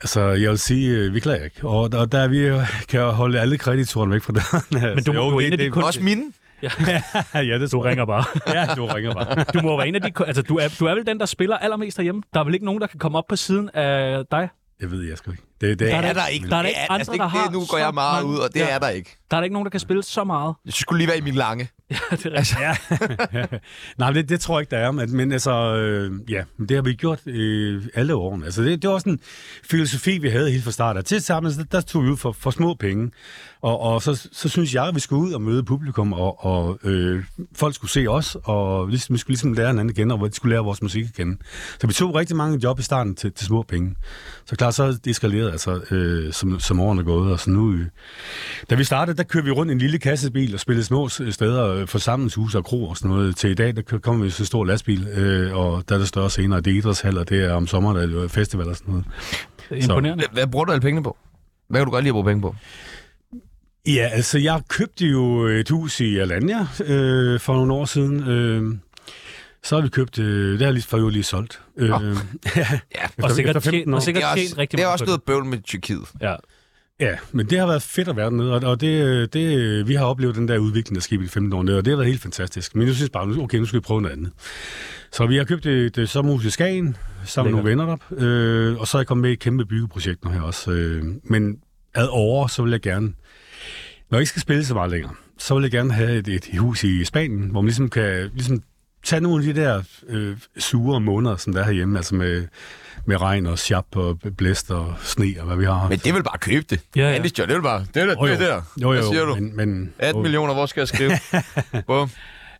Speaker 2: altså, jeg vil sige, øh, vi klager ikke. Og, og der er vi jo- kan jeg holde alle kreditorerne væk fra døren.
Speaker 3: men du,
Speaker 2: Altså,
Speaker 3: må jo, en af
Speaker 2: det,
Speaker 3: de
Speaker 2: det,
Speaker 3: kun...
Speaker 1: Også mine.
Speaker 2: ja, det
Speaker 3: Du ringer bare.
Speaker 2: Ja, du ringer bare.
Speaker 3: Du må være en af de... Altså, du er, du er vel den, der spiller allermest derhjemme. Der er vel ikke nogen, der kan komme op på siden af dig?
Speaker 2: Det ved jeg sgu ikke. Det, det,
Speaker 3: Der er
Speaker 1: Er der ikke?
Speaker 3: Der er da ikke
Speaker 1: Ja,
Speaker 3: andre,
Speaker 1: altså, det,
Speaker 3: der har
Speaker 1: det, nu går
Speaker 3: så
Speaker 1: jeg meget
Speaker 3: mange-
Speaker 1: ud, og det
Speaker 3: Ja.
Speaker 1: er der ikke.
Speaker 3: Der er da ikke nogen, der kan spille så meget.
Speaker 1: Jeg skulle lige være i min lange.
Speaker 3: det er
Speaker 1: Altså,
Speaker 3: rigtigt.
Speaker 2: Nej, men det, det tror jeg ikke, der er. Men, men altså, øh, ja, men det har vi gjort øh, alle årene. Altså, det, det var sådan en filosofi, vi havde helt fra start. Og til sammen, der, der tog vi ud for, for små penge. Og, og så, så synes jeg, at vi skulle ud og møde publikum, og, og øh, folk skulle se os, og ligesom, vi skulle ligesom lære hinanden at kende, og de skulle lære vores musik at kende. Så vi tog rigtig mange job i starten til, til små penge. Så klart, så er det eskaleret, altså, øh, som, som årene er gået, og så nu... Øh, da vi startede, der kørte vi rundt i en lille kassebil og spillede små s- steder, øh, forsamlingshus og kroer og sådan noget. Til i dag, der kø- kommer vi i så stor lastbil, øh, og der er der større scener, og det er idrætshaller, det er om sommeren, der er det jo festival og sådan noget.
Speaker 3: Det er imponerende.
Speaker 1: Hvad bruger du alle pengene på? Hvad kan du godt lide at bruge penge på?
Speaker 2: Ja, altså jeg købte jo et hus i Alanya øh, for nogle år siden. Øh, så har vi købt, øh, det har jeg lige, for jo lige solgt. Øh, oh.
Speaker 1: Ja.
Speaker 3: Og
Speaker 2: Efter-
Speaker 3: sikkert,
Speaker 2: efter 15
Speaker 3: tjent, og
Speaker 2: år.
Speaker 1: Det
Speaker 3: sikkert
Speaker 1: er også,
Speaker 3: tjent rigtig
Speaker 1: det er
Speaker 3: meget
Speaker 1: også
Speaker 3: på
Speaker 1: noget bøvl med Tyrkiet.
Speaker 3: det. Ja.
Speaker 2: Ja, men det har været fedt at være dernede, og- og det, det, vi har oplevet den der udvikling, der skete i de 15 år nede, og det har været helt fantastisk. Men nu synes jeg bare, nu- okay, nu skal vi prøve noget andet. Så vi har købt et, et sommerhus i Skagen, sammen med nogle venner derop, øh, og så er jeg kommet med i et kæmpe byggeprojekt nu her også. Øh, men ad over, så vil jeg gerne, når jeg ikke skal spille så meget længere, så vil jeg gerne have et, et hus i Spanien, hvor man ligesom kan ligesom tage nogle af de der øh, sure måneder, som der er herhjemme, altså med, med regn og sjap og blæst og sne og hvad vi har.
Speaker 1: Men det vil bare købe det.
Speaker 3: Ja, ja.
Speaker 1: Andy Stjørn, det vil bare... Det er det,
Speaker 2: Jo, jo.
Speaker 1: det der.
Speaker 2: Jo, jo,
Speaker 1: Hvad siger du?
Speaker 2: Men, men,
Speaker 1: 18 millioner, hvor skal jeg skrive? Bum.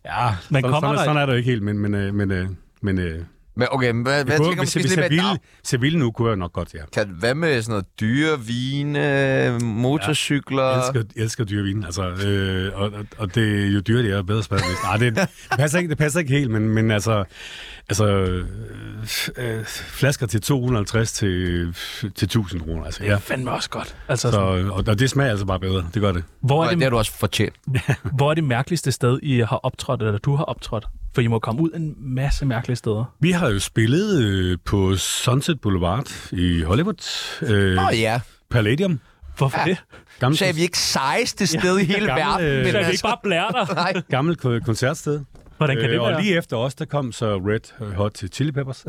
Speaker 2: Ja, sådan,
Speaker 3: Man kommer
Speaker 2: sådan,
Speaker 3: der-
Speaker 2: sådan er det jo ikke helt, men, men, øh, men, øh, men øh,
Speaker 1: Men okay, men hvad, hvad
Speaker 2: kunne,
Speaker 1: tænker man
Speaker 2: hvis,
Speaker 1: spise
Speaker 2: hvis
Speaker 1: lidt med? Øh.
Speaker 2: Seville, Seville nu kunne jeg nok godt, ja.
Speaker 1: Kan, hvad med sådan noget dyre vine, motorcykler?
Speaker 2: Jeg
Speaker 1: Ja,
Speaker 2: elsker, jeg elsker dyre vin, altså, øh, og, og, og det er jo dyre, det er, jo bedre smager det. Nej, det, det, passer ikke, det passer ikke helt, men, men altså, altså øh, øh, flasker til 250 til, til 1000 kroner, altså, ja.
Speaker 3: Fandme også godt. Altså,
Speaker 2: Så,
Speaker 3: så,
Speaker 2: og, og det smager altså bare bedre, det gør det.
Speaker 3: hvor, er
Speaker 1: det, det har
Speaker 3: det,
Speaker 1: du også fortjent.
Speaker 3: hvor er det mærkeligste sted, I har optrådt, eller du har optrådt? For I må komme ud en masse mærkelige steder.
Speaker 2: Vi har jo spillet øh, på Sunset Boulevard i Hollywood, øh,
Speaker 1: Nå ja,
Speaker 2: Palladium.
Speaker 3: Hvorfor ja. det?
Speaker 1: nu
Speaker 2: Gammel,
Speaker 1: sagde vi ikke sejeste sted i hele
Speaker 2: Gammel,
Speaker 1: verden.
Speaker 2: øh,
Speaker 1: men
Speaker 3: Så vi ikke
Speaker 1: altså-
Speaker 3: bare blære dig?
Speaker 1: Nej,
Speaker 2: gammel ko- koncertsted.
Speaker 3: Hvordan kan det
Speaker 2: Øh, og
Speaker 3: være?
Speaker 2: lige efter os, der kom så Red Hot til Chili Peppers.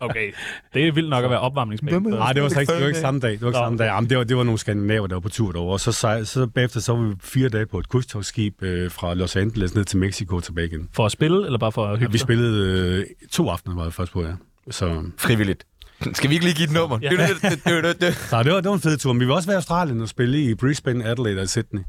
Speaker 3: Okay, det er vildt nok at være opvarmningsbænk.
Speaker 2: Nej, Ah, det var så ikke, det var ikke samme dag. Det var ikke
Speaker 3: Nå.
Speaker 2: samme dag. Jamen, det, var, det var nogle skandinaver, der var på tur derovre. Og så, sej- så bagefter så var vi fire dage på et krydstogsskib øh, fra Los Angeles ned til Mexico og tilbage igen.
Speaker 3: For at spille, eller bare for at hygge
Speaker 2: Vi
Speaker 3: sig?
Speaker 2: spillede øh, to aftener, var det først på, ja. Så,
Speaker 1: frivilligt. Skal vi ikke lige give et nummer?
Speaker 3: Ja.
Speaker 1: Ja. Dø, dø, dø, dø, dø.
Speaker 2: så det, var, det var en fed tur. Men vi var også ved Australien og spille i Brisbane, Adelaide og Sydney.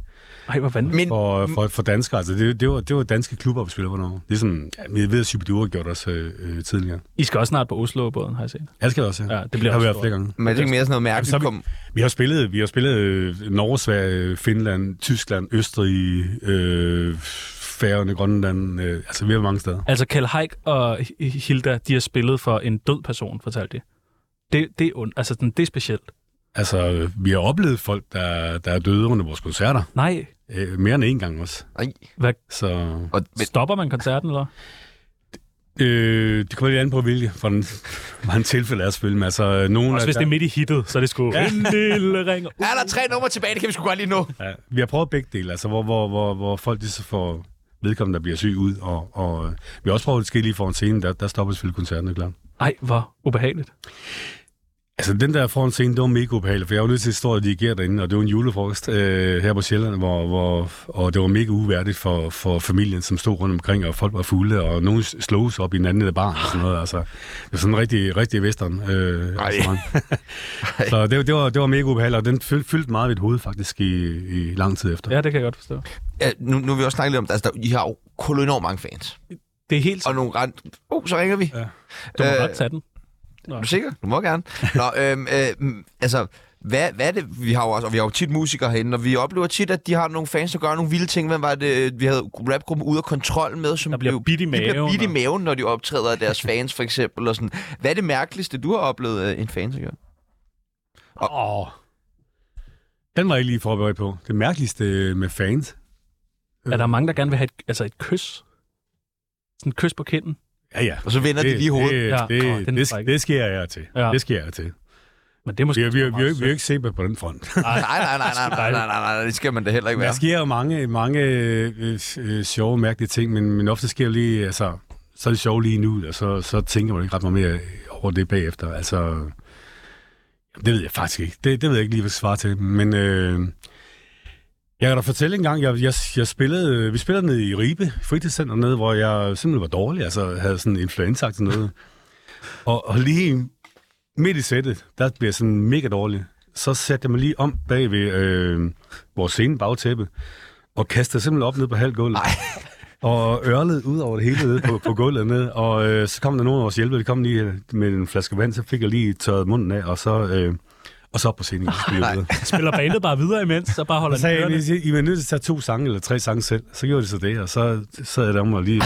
Speaker 3: Ej, hvor fanden.
Speaker 1: Men
Speaker 2: For, for, for danskere, altså det, det, var, det var danske klubber, vi spillede på noget. Ligesom, ja, jeg ved, at Superdure gjorde det også øh, øh, tidligere.
Speaker 3: I skal også snart på Oslo-båden, har jeg set.
Speaker 2: Jeg skal også,
Speaker 3: Ja, det bliver
Speaker 2: Jeg har
Speaker 3: også
Speaker 2: været
Speaker 3: stort.
Speaker 2: flere gange.
Speaker 1: man tænker mere sådan noget
Speaker 2: Jamen, så
Speaker 1: mærkeligt.
Speaker 2: vi,
Speaker 1: Kom.
Speaker 2: vi har spillet, vi har spillet øh, Norge, Sverige, Finland, Tyskland, Østrig, øh, Færøerne, Grønland, øh, altså vi har mange steder.
Speaker 3: Altså, Kjell Haik og H- Hilda, de har spillet for en død person, fortalte de. Det, det, er ond, altså, sådan, det er specielt.
Speaker 2: Altså øh, vi har oplevet folk, der, der er døde under vores koncerter,
Speaker 3: Nej,
Speaker 2: øh, mere end en gang også.
Speaker 1: Ej,
Speaker 3: hvad,
Speaker 2: Så
Speaker 1: og, men,
Speaker 3: stopper man koncerten, eller?
Speaker 2: øh, det kommer lidt an på, hvilke, hvordan, hvordan tilfælde er selvfølgelig. Men altså, øh, nogle
Speaker 3: Også
Speaker 2: af-
Speaker 3: hvis det er midt i hittet, så er det sgu en lille ring.
Speaker 1: er der tre numre tilbage? Det kan vi sgu godt lige nå.
Speaker 2: Ja, vi har prøvet begge dele, altså hvor, hvor, hvor, hvor folk de så får vedkommende, der bliver syg ud, og, og øh, vi har også prøvet at ske lige foran scenen, der, der stopper selvfølgelig koncerten, klart.
Speaker 3: Ej, hvor ubehageligt.
Speaker 2: Altså, den der foran scenen, det var mega ubehagelig, for jeg var nødt til at stå og dirigere derinde, og det var en julefrokost øh, her på Sjælland, hvor, hvor, og det var mega uværdigt for, for familien, som stod rundt omkring, og folk var fulde, og nogen slog sig op i den anden bar og sådan noget. Altså, det var sådan en rigtig, rigtig western. Øh,
Speaker 1: Ej.
Speaker 2: restaurant. Så det, det, var, det var mega ubehageligt, og den fyldte, fyldte meget i mit hoved faktisk i, i lang tid efter.
Speaker 3: Ja, det kan jeg godt forstå.
Speaker 1: Ja, nu, nu har vi også snakket lidt om det. Altså, der, I har jo kun enormt mange fans.
Speaker 3: Det er helt...
Speaker 1: Og øh, nogle rent... Uh, så ringer vi. Ja.
Speaker 3: Du må godt tage den.
Speaker 1: Er du sikker? Du må gerne. Nå, øhm, øhm, altså, hvad, hvad er det, vi har jo også, og vi har jo tit musikere herinde, og vi oplever tit, at de har nogle fans, der gør nogle vilde ting. Hvem var det, øh, vi havde rapgruppen ud af kontrol med, som
Speaker 3: Der bliver
Speaker 1: blev,
Speaker 3: bidt i
Speaker 1: De bliver
Speaker 3: maven,
Speaker 1: bidt i
Speaker 3: og-
Speaker 1: maven, når de optræder af deres fans, for eksempel. Og sådan. Hvad er det mærkeligste, du har oplevet af en fan, så gør?
Speaker 2: Åh. Den var jeg ikke lige forberedt på. Det mærkeligste med fans.
Speaker 3: Er
Speaker 1: Øh.
Speaker 3: der mange, der gerne vil have et, altså et kys? Sådan et kys på kinden?
Speaker 2: Ja, ja.
Speaker 1: Og så vender de lige hovedet.
Speaker 2: Det,
Speaker 3: Ja.
Speaker 2: ja. det,
Speaker 3: Åh,
Speaker 2: det,
Speaker 3: den
Speaker 2: det,
Speaker 3: er
Speaker 2: det,
Speaker 3: fræk.
Speaker 2: det sker jeg af og til.
Speaker 3: Ja.
Speaker 2: Ja. Det sker jeg af og til.
Speaker 3: Men det
Speaker 2: Vi
Speaker 3: er måske...
Speaker 2: er, vi er, vi er, vi er ikke sikre på den front.
Speaker 1: Nej, nej, nej, nej, nej, nej, nej, nej, det skal man da heller ikke
Speaker 2: Der
Speaker 1: være.
Speaker 2: sker jo mange, mange øh, øh, sjove, mærkelige ting, men, men ofte sker jo lige, altså, så er det sjovt lige nu, og så, så tænker man ikke ret meget mere over det bagefter. Altså, det ved jeg faktisk ikke. Det, det ved jeg ikke lige, hvad jeg skal svare til. Men øh, jeg kan da fortælle en gang, jeg, jeg, jeg spillede, øh, vi spillede nede i Ribe, fritidscenter nede, hvor jeg simpelthen var dårlig, altså havde sådan influenza og noget. og, og lige midt i sættet, der bliver jeg sådan mega dårlig. Så satte jeg mig lige om bag ved øh, vores scene bagtæppe, og kastede simpelthen op ned på halvt gulvet. Og ørlede ud over det hele nede på, på gulvet ned. Og øh, så kom der nogen af vores hjælpere, de kom lige med en flaske vand, så fik jeg lige tørret munden af, og så... Øh, og så op på scenen. og spille videre.
Speaker 3: Spiller bandet bare videre imens, så bare
Speaker 2: Så
Speaker 3: holder den
Speaker 2: sagde jeg,
Speaker 3: kørende.
Speaker 2: "Hvis I I var nødt til at tage to sange eller tre sange selv. Så gjorde de så det, og så sad jeg der om og lige...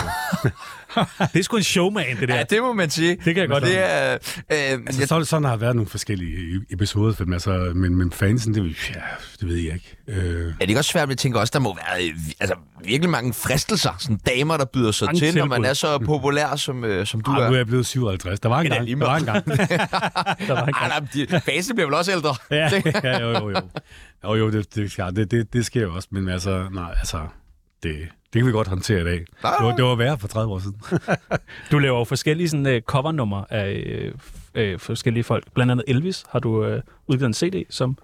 Speaker 3: Det er sgu en showman, det der.
Speaker 1: Ja, det må man sige.
Speaker 3: Det kan jeg godt
Speaker 1: det er, øh,
Speaker 2: Altså,
Speaker 1: jeg,
Speaker 2: så, sådan har der været nogle forskellige øh, episoder, men, altså, men, men fansen, det, ja, det ved jeg ikke. Øh,
Speaker 1: er det ikke også svært, men jeg tænker også, der må være øh, altså, virkelig mange fristelser. Sådan damer, der byder sig
Speaker 3: Mange
Speaker 1: til, når man
Speaker 3: tilbud. Ah,
Speaker 1: er så populær, som, øh, som du
Speaker 2: Ej, nu er
Speaker 1: er.
Speaker 2: jeg blevet 57. Der var en
Speaker 1: Det er
Speaker 2: gang.
Speaker 1: lige
Speaker 2: Der
Speaker 1: meget.
Speaker 2: var en gang.
Speaker 3: Der var en
Speaker 1: Ej,
Speaker 3: gang.
Speaker 1: nej, men de, fasen bliver vel også ældre.
Speaker 2: ja, ja, jo, jo, jo. Jo, jo, det, det, ja, det, det, det sker jo også, men altså, nej, altså, det, det kan vi godt håndtere i dag. Det var, det var værre for 30 år siden.
Speaker 3: Du laver jo forskellige sådan, uh, covernummer af øh, f- øh, forskellige folk. Blandt andet Elvis har du øh, udgivet en CD, som...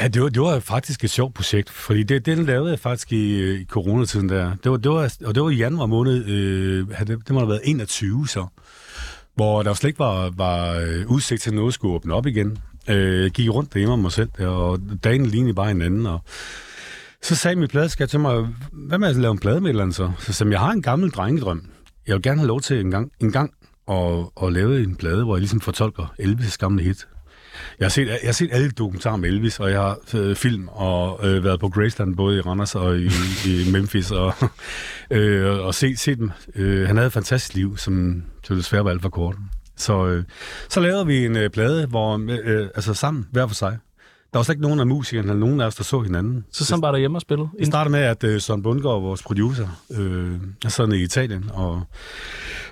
Speaker 2: Ja, det var, det var faktisk et sjovt projekt, fordi det, den lavede jeg faktisk i, øh, i coronatiden der. Det var, det var, og det var i januar måned, øh, ja, det, det må have været 21 så, hvor der jo slet ikke var, var øh, udsigt til, at noget skulle åbne op igen. Øh, jeg gik rundt derhjemme med mig selv, og dagen lignede bare hinanden, og så sagde min pladeskat til mig, hvad med at lave en plade med et eller andet så? Så sagde jeg, jeg har en gammel drengedrøm. Jeg vil gerne have lov til en gang, en gang og, og lavede en plade, hvor jeg ligesom fortolker Elvis' gamle hit. Jeg har set, jeg har set alle dokumentarer om Elvis, og jeg har øh, film og øh, været på Graceland både i Randers og i, i Memphis, og, øh, og set, set dem. Øh, han havde et fantastisk liv, som som desværre var alt for kort. Så, øh, så lavede vi en øh, plade, hvor øh, øh, altså sammen, hver for sig. Der var slet ikke nogen af musikerne eller nogen af os, der så hinanden.
Speaker 3: Så sådan bare derhjemme og spille.
Speaker 2: Det startede med, at øh, Søren Bundgaard, vores producer, øh, er sådan i Italien og,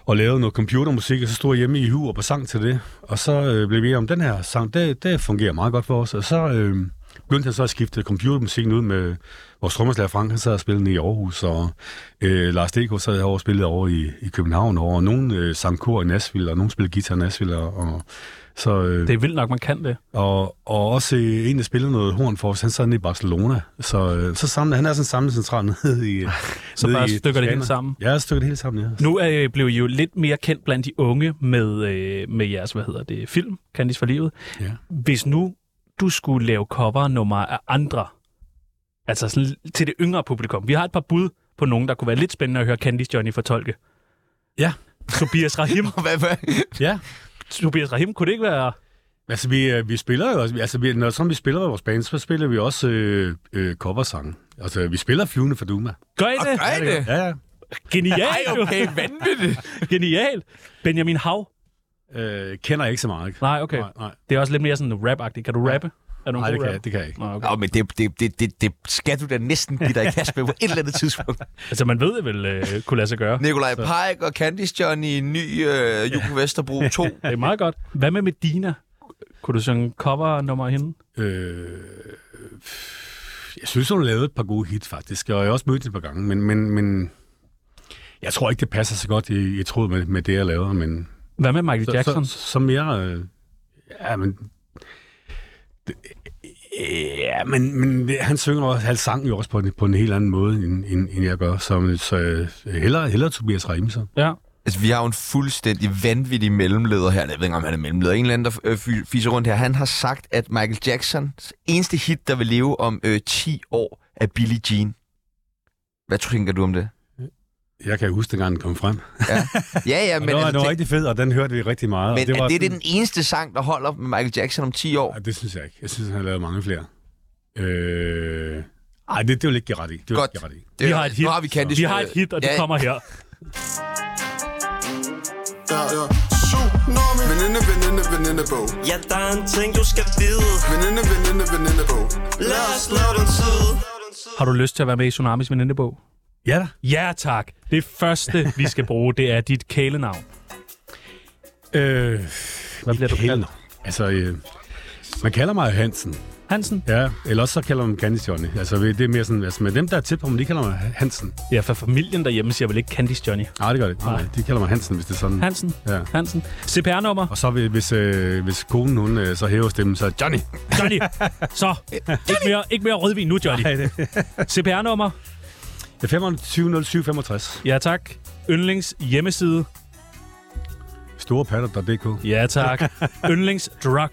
Speaker 2: og lavede noget computermusik, og så stod jeg hjemme i Huer på sang til det. Og så øh, blev vi enige om, den her sang, det, det fungerer meget godt for os. Og så øh, begyndte jeg så at skifte computermusikken ud med vores trommeslager Frank, han sad og spillede nede i Aarhus, og øh, Lars D.K. sad herovre og spillede over i, i København, og nogen øh, sang kor i Nashville, og nogen spillede guitar i Nashville, og, og så, øh,
Speaker 3: Det er vildt nok, man kan det.
Speaker 2: og, og også øh, en, der spillede noget horn for os, han sad nede i Barcelona. Så, øh, så samlede, han er sådan samlet central nede i... øh,
Speaker 3: Så
Speaker 2: nede
Speaker 3: bare
Speaker 2: i
Speaker 3: stykker det hele
Speaker 2: Toscana.
Speaker 3: sammen?
Speaker 2: Ja, jeg stykker det hele sammen, ja.
Speaker 3: Nu er, øh, blev I jo lidt mere kendt blandt de unge med, øh, med jeres, hvad hedder det, film, Candice for livet.
Speaker 2: Ja.
Speaker 3: Hvis nu du skulle lave cover af andre, altså sådan, til det yngre publikum. Vi har et par bud på nogen, der kunne være lidt spændende at høre Candice Johnny fortolke.
Speaker 2: Ja.
Speaker 3: Tobias Rahim.
Speaker 1: Hvad, hvad?
Speaker 2: ja.
Speaker 3: Tobias Rahim, kunne det ikke være...
Speaker 2: Altså, vi, øh, vi spiller jo også... Altså, vi, når sådan, vi spiller med vores band, så spiller vi også øh, øh, coversange. Altså, vi spiller Flyvende for Duma.
Speaker 3: Gør I det?
Speaker 1: Gør I det?
Speaker 2: Ja, ja.
Speaker 1: Ej,
Speaker 3: Genialt,
Speaker 1: okay,
Speaker 3: okay.
Speaker 1: vanvittigt.
Speaker 3: Genialt. Benjamin Hav.
Speaker 2: Øh, kender jeg ikke så meget. ikke?
Speaker 3: Nej, okay.
Speaker 2: Nej, nej.
Speaker 3: Det er også lidt mere sådan rap-agtigt. Kan du rappe? Er du en
Speaker 2: nej det,
Speaker 3: god
Speaker 2: kan
Speaker 3: rapper?
Speaker 2: jeg, det kan jeg ikke.
Speaker 3: Nå, okay.
Speaker 1: Nå, men det, det, det, det, det skal du da næsten give dig i kast med på et eller andet tidspunkt.
Speaker 3: Altså, man ved det vel øh, kunne lade sig gøre.
Speaker 1: Nikolaj Pajk og Candice John i en ny øh, Jul på Vesterbro 2.
Speaker 3: Det er meget godt. Hvad med Medina? Kunne du synge cover nummer af hende?
Speaker 2: Øh, jeg synes, hun lavede et par gode hits, faktisk. Og jeg har også mødt hende et par gange, men, men, men jeg tror ikke, det passer så godt i, i tråd med, med det, jeg laver. Men
Speaker 3: Hvad med Michael
Speaker 2: så,
Speaker 3: Jackson?
Speaker 2: så, så, så mere... Øh, ja, men... det- Ja, men, men det, han synger også, han sang jo også på en, på en helt anden måde, end, end, end jeg gør. Så, så øh, hellere, hellere Tobias Rahim, så.
Speaker 3: Ja.
Speaker 1: Altså, vi har jo en fuldstændig vanvittig mellemleder her. Jeg ved ikke, om han er mellemleder. En eller anden, der øh, fy- fiser rundt her. Han har sagt, at Michael Jacksons eneste hit, der vil leve om øh, 10 år, er Billie Jean. Hvad tænker du om det?
Speaker 2: Jeg kan huske, dengang den kom frem.
Speaker 1: Ja, ja,
Speaker 2: Men
Speaker 1: men,
Speaker 2: det var,
Speaker 1: altså,
Speaker 2: den var
Speaker 1: det,
Speaker 2: rigtig fed, og den hørte vi rigtig meget. og
Speaker 1: men det
Speaker 2: var
Speaker 1: er det
Speaker 2: sådan-
Speaker 1: den eneste sang, der holder med Michael Jackson om 10 år?
Speaker 2: Ej, det synes jeg ikke. Jeg synes, han har lavet mange flere. Øh... Ej, det, det vil jeg ikke give ret i. Det vil jeg
Speaker 1: Godt.
Speaker 2: ikke give ret i.
Speaker 1: Det,
Speaker 3: Vi har et hit.
Speaker 1: Nu har vi Candice. øh,
Speaker 3: Vi har et hit, og det
Speaker 1: ja,
Speaker 3: kommer her.
Speaker 5: Ja, ja. Syv. Veninde, veninde, venindebog.
Speaker 4: Ja, der er en ting, du skal vide
Speaker 5: Veninde, veninde, venindebog.
Speaker 4: Lad os lave den tid
Speaker 3: Har du lyst til at være med i Tsunamis venindebog?
Speaker 2: Ja da.
Speaker 3: Ja, tak. Det første, vi skal bruge, det er dit kælenavn.
Speaker 2: Øh,
Speaker 3: Hvad bliver du kaldt?
Speaker 2: Altså, øh, man kalder mig Hansen.
Speaker 3: Hansen?
Speaker 2: Ja, eller også så kalder man Candice Johnny. Altså, det er mere sådan, altså, men dem, der er tæt på mig, de kalder mig Hansen.
Speaker 3: Ja, for familien derhjemme siger vel ikke Candice Johnny.
Speaker 2: Nej, det gør det ikke. Nej,
Speaker 3: Nej.
Speaker 2: de kalder mig Hansen, hvis det er sådan.
Speaker 3: Hansen?
Speaker 2: Ja.
Speaker 3: Hansen? CPR-nummer?
Speaker 2: Og så vil- hvis, øh, hvis konen, hun øh, så hæver stemmen, så Johnny.
Speaker 3: Johnny! Så! Ikke mere, ikke mere rødvin nu, Johnny. CPR-nummer?
Speaker 2: Det er 250765.
Speaker 3: Ja, tak. Yndlings hjemmeside?
Speaker 2: Storepatter.dk.
Speaker 3: Ja, tak. Yndlings drug?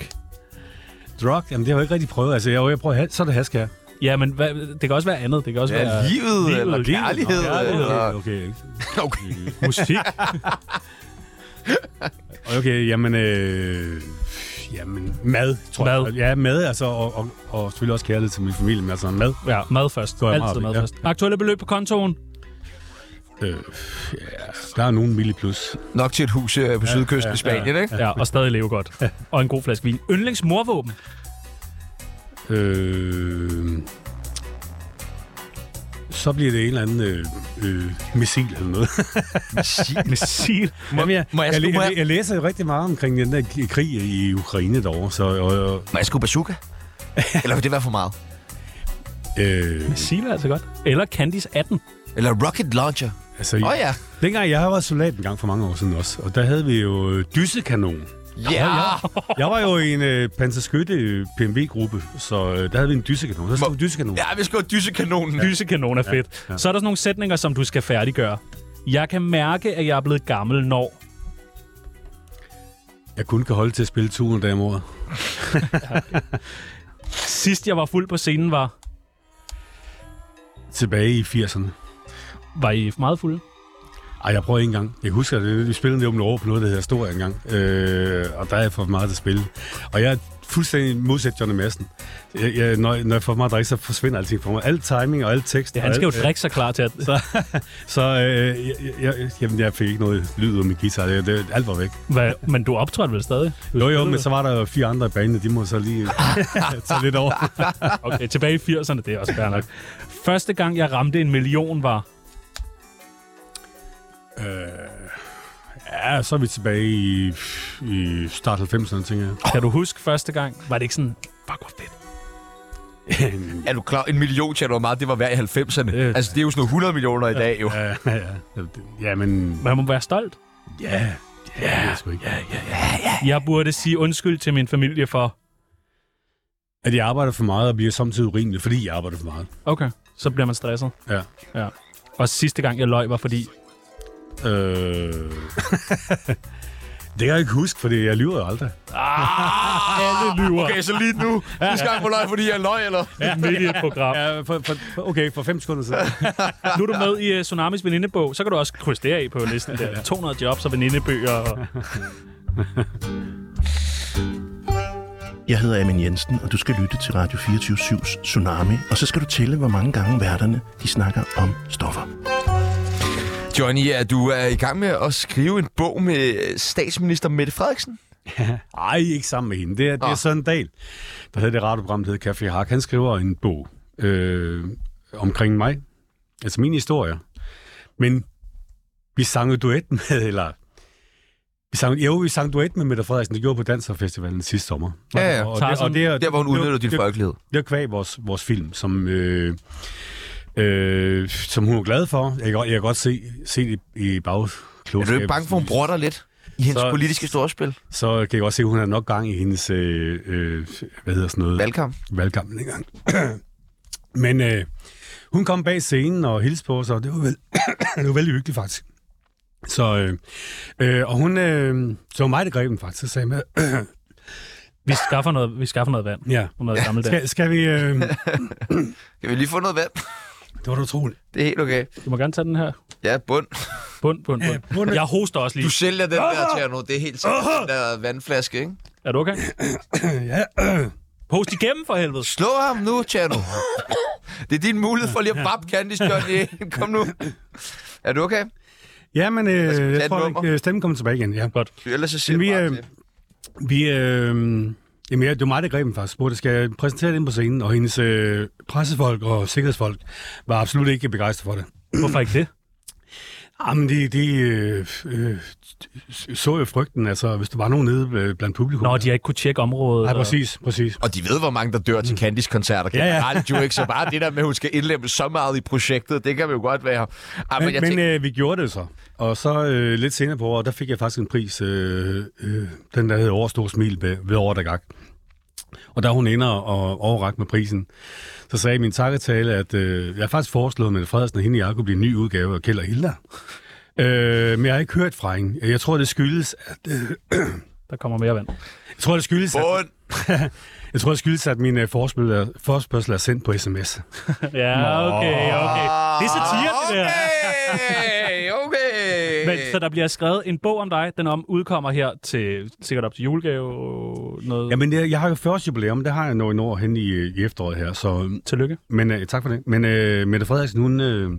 Speaker 2: Drug, jamen det har jeg ikke rigtig prøvet. Altså, jeg, jeg prøver, ha- så er det hask her.
Speaker 3: Ja, men hvad, det kan også være andet. Det kan også
Speaker 1: Ja,
Speaker 3: være
Speaker 1: livet,
Speaker 3: livet,
Speaker 1: eller
Speaker 3: livet.
Speaker 1: kærlighed.
Speaker 3: Nå, kærlighed.
Speaker 1: Eller,
Speaker 2: okay.
Speaker 1: okay.
Speaker 3: musik.
Speaker 2: Okay, jamen, øh, jamen mad, tror
Speaker 3: Mad.
Speaker 2: jeg. Ja, mad, altså, og, og, og selvfølgelig også kærlighed til min familie, men altså mad.
Speaker 3: Ja, mad først.
Speaker 2: Går jeg meget
Speaker 3: Altid
Speaker 2: op i,
Speaker 3: mad
Speaker 2: ja.
Speaker 3: først. Aktuelle beløb på kontoen?
Speaker 2: Øh, ja, der er nogen milde plus.
Speaker 1: Nok til et hus øh, på sydkysten i Spanien, ikke?
Speaker 3: Ja, og stadig leve godt. Og en god flaske vin. Yndlings morvåben?
Speaker 2: Øh, så bliver det en eller anden øh, øh, missil eller noget.
Speaker 3: Missil.
Speaker 2: Må, jeg,
Speaker 1: må jeg-
Speaker 2: jeg,
Speaker 1: må
Speaker 2: jeg,
Speaker 1: jeg-
Speaker 2: jeg, jeg læser jo rigtig meget omkring den der k- krig i Ukraine derovre, så... Og, og,
Speaker 1: Må jeg skrue bazooka? Eller vil det være for meget?
Speaker 2: øh,
Speaker 3: Missil er altså godt. Eller Candice 18.
Speaker 1: Eller rocket launcher?
Speaker 2: altså,
Speaker 1: Åh oh, ja.
Speaker 2: Dengang jeg var soldat en gang for mange år siden også, og der havde vi jo øh, dysekanon.
Speaker 1: Ja.
Speaker 2: Jeg var jo i en øh, panserskytte PMV-gruppe, så øh, der havde vi en dysekanon. Der stod dysekanon.
Speaker 1: Ja, vi skal have dysekanonen. Ja.
Speaker 3: Lysekanon er fedt. Så er der sådan nogle sætninger, som du skal færdiggøre. Jeg kan mærke, at jeg er blevet gammel, når...
Speaker 2: Jeg kun kan holde til at spille 200 dage om året.
Speaker 3: Sidst jeg var fuld på scenen, var...
Speaker 2: Tilbage i 80'erne.
Speaker 3: Var I meget fulde?
Speaker 2: Ej, jeg prøver ikke engang. Jeg husker, at øh, vi spillede det åbne år på noget, der hedder Stor engang. Øh, og der er for meget at spille. Og jeg er fuldstændig modsat Johnny Madsen. Jeg, jeg, når, når jeg får for meget drik, så forsvinder alting for mig. Alt timing og alt tekst.
Speaker 3: Ja,
Speaker 2: og
Speaker 3: han skal jo
Speaker 2: alt,
Speaker 3: drikke sig klar til at...
Speaker 2: så, så øh, jeg, jeg, jamen, jeg fik ikke noget lyd ud af min guitar. Det, det, alt var væk.
Speaker 3: Hvad, men du optrådte vel stadig?
Speaker 2: Jo, jo, men så var der jo fire andre i banen, de må så lige tage lidt over.
Speaker 3: Okay, tilbage i 80'erne, det er også fair nok. Første gang, jeg ramte en million, var...
Speaker 2: Øh, Ja, så er vi tilbage i, i start 90'erne, tænker jeg.
Speaker 3: Kan du huske første gang? Var det ikke sådan... Fuck, hvor fedt.
Speaker 1: Er du klar? En million tjener hvor meget, det var værd i 90'erne.
Speaker 2: Øh.
Speaker 1: Altså, det er jo sådan nogle 100 millioner i dag, jo.
Speaker 2: Ja, ja, ja. Ja, men...
Speaker 3: Man må være stolt.
Speaker 2: Ja, ja, det ved jeg sgu ikke.
Speaker 3: Jeg burde sige undskyld til min familie for...
Speaker 2: At jeg arbejder for meget og bliver samtidig urimelig, fordi jeg arbejder for meget.
Speaker 3: Okay, så bliver man stresset.
Speaker 2: Ja.
Speaker 3: Ja. Og sidste gang, jeg løj, var fordi...
Speaker 2: Øh... det kan jeg ikke huske, fordi jeg lyver jo aldrig.
Speaker 3: Alle lyver.
Speaker 1: Okay, så lige nu. Vi skal på løg, fordi jeg løg, eller?
Speaker 3: Ja, midt i et program.
Speaker 2: Ja, for, for, for, okay, for fem sekunder siden.
Speaker 3: Nu er du med i uh, Tsunamis venindebog, så kan du også krydse det af på listen der. 200 jobs og venindebøger. Og...
Speaker 7: Jeg hedder Amin Jensen, og du skal lytte til Radio 24-7's Tsunami, og så skal du tælle, hvor mange gange værterne de snakker om stoffer.
Speaker 1: Johnny, er du er i gang med at skrive en bog med øh, statsminister Mette Frederiksen?
Speaker 2: Ej, ikke sammen med hende. Det er, det er
Speaker 1: Nå.
Speaker 2: Søren Dahl, der hedder det radioprogram, der hedder Café Hak. Han skriver en bog øh, omkring mig. Altså min historie. Men vi sang jo duet med, eller... Vi sang, jo, vi sang duet med Mette Frederiksen. Det gjorde vi på Danserfestivalen sidste sommer.
Speaker 1: Ja, ja.
Speaker 2: Og, det,
Speaker 3: Tarzan.
Speaker 2: og det, er-
Speaker 1: Der, hvor hun
Speaker 2: det-
Speaker 1: udnytter din
Speaker 2: det-
Speaker 1: folkelighed.
Speaker 2: det var kvæg vores, vores film, som, øh, øh, som hun er glad for. Jeg kan, godt- jeg kan godt se, se det i bagklodskab.
Speaker 1: Er du ikke bange for, at hun brotter lidt i hendes
Speaker 2: Så-
Speaker 1: politiske storspil?
Speaker 2: Så kan jeg godt se, at hun har nok gang i hendes, øh, øh, hvad hedder sådan noget?
Speaker 1: Valgkamp?
Speaker 2: Valgkampen engang. Men øh, hun kom bag scenen og hilste på os, og det var, vel, det var veldig hyggeligt faktisk. Så, øh, øh, og hun, øh, så var mig, der greb den faktisk, og sagde med,
Speaker 3: Vi skaffer noget, vi skaffer noget vand.
Speaker 2: ja,
Speaker 3: Og noget gammelt der.
Speaker 2: skal, skal vi, øh,
Speaker 1: Kan vi lige få noget vand?
Speaker 2: det var da utroligt.
Speaker 1: Det er helt okay.
Speaker 3: Du må gerne tage den her.
Speaker 1: Ja, bund.
Speaker 3: Bund, bund, bund. Jeg hoster også lige.
Speaker 1: Du sælger den der til nu. Det er helt sikkert den der vandflaske, ikke?
Speaker 3: Er du okay?
Speaker 2: Ja,
Speaker 3: Post igennem for helvede.
Speaker 1: Slå ham nu, Tjerno. Det er din mulighed for lige at bab Candice, Johnny. Kom nu. Er du okay?
Speaker 2: Ja, men
Speaker 1: skal
Speaker 2: øh,
Speaker 1: vi tage
Speaker 2: jeg
Speaker 1: et
Speaker 2: tror,
Speaker 1: nummer?
Speaker 2: ikke, øh, stemmen kommer tilbage igen. Ja.
Speaker 1: Ellers så siger
Speaker 2: Men
Speaker 1: vi,
Speaker 2: vi,
Speaker 1: bare
Speaker 2: øh,
Speaker 1: til.
Speaker 2: Vi, øh, jamen, ja, det var mig, der greb den faktisk. Spurgte, skal jeg præsentere den på scenen? Og hendes øh, pressefolk og sikkerhedsfolk var absolut ikke begejstret for det.
Speaker 3: Hvorfor ikke det?
Speaker 2: Jamen, de, de øh, øh, så jo frygten, altså, hvis der var nogen nede øh, blandt publikum.
Speaker 3: Nå, de har ikke kunne tjekke området.
Speaker 2: Nej,
Speaker 3: og-
Speaker 2: præcis, præcis.
Speaker 1: Og de ved, hvor mange, der dør
Speaker 3: Mm.
Speaker 1: til Candice-koncerter
Speaker 2: Ja, ja.
Speaker 1: generelt jo ikke, så bare det der med, at hun skal indlemme så meget i projektet, det kan jo godt være. Ej, men,
Speaker 2: Men,
Speaker 1: jeg
Speaker 2: men
Speaker 1: tænker,
Speaker 2: øh, vi gjorde det så. Og så øh, lidt senere på året, der fik jeg faktisk en pris, øh, øh, den der hedder Overstor Smil ved, ved Årdagak. Og da hun ender og overrakte med prisen, så sagde jeg i min takketale, at øh, jeg har faktisk foreslået Mette Frederiksen og hende og jeg kunne blive en ny udgave af Kjeld og Hilda. Øh, men jeg har ikke hørt fra hende. Jeg tror, det skyldes, at... Øh,
Speaker 3: Der kommer mere vand.
Speaker 2: jeg tror, det skyldes, at,
Speaker 1: bund.
Speaker 2: jeg tror, det skyldes, at min øh, forespørgsel, er, forespørgsel er sendt på sms.
Speaker 3: Ja, okay, okay. Det er satire, det der.
Speaker 1: Okay, okay.
Speaker 3: Men, så der bliver skrevet en bog om dig. Den om udkommer her til sikkert op til julegave. Noget. Jamen.
Speaker 2: Jamen, jeg, jeg har jo første jubilæum, det har jeg nået over hen i, øh, i efteråret her, så... øh,
Speaker 3: Tillykke.
Speaker 2: Men øh, tak for det. Men øh, Mette Frederiksen, hun, øh,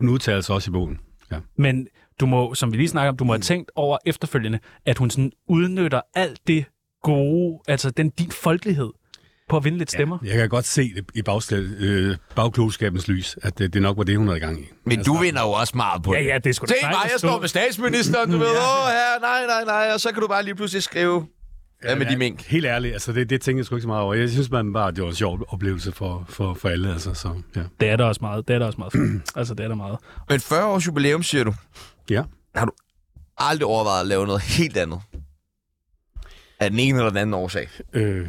Speaker 2: hun udtaler sig også i bogen. Ja.
Speaker 3: Men du må, som vi lige snakker om, du må have tænkt over efterfølgende, at hun sådan udnytter alt det gode, altså den din folkelighed, på at vinde lidt stemmer.
Speaker 2: Jeg kan godt se det i bagskab, øh, bagklogskabens lys, at øh, det nok var det, hun havde gang i.
Speaker 1: Men du vinder jo også meget på
Speaker 3: Ja,
Speaker 1: det.
Speaker 3: ja, det er sgu da
Speaker 1: Se mig,
Speaker 3: dejligt
Speaker 1: jeg
Speaker 3: at stå-
Speaker 1: står med statsministeren, du ved. Åh, her, nej, nej, nej. Og så kan du bare lige pludselig skrive, hvad med de mink?
Speaker 2: Helt ærligt, altså det, det tænkte jeg sgu ikke så meget over. Jeg synes man bare, det var en sjov oplevelse for, for, for alle. Altså, så, ja.
Speaker 3: Det er der også meget. Det er der også meget. altså, det er der meget.
Speaker 1: Men 40 års jubilæum, siger du.
Speaker 2: ja.
Speaker 1: Har du aldrig overvejet at lave noget helt andet? Af den ene eller den anden årsag.
Speaker 2: Øh,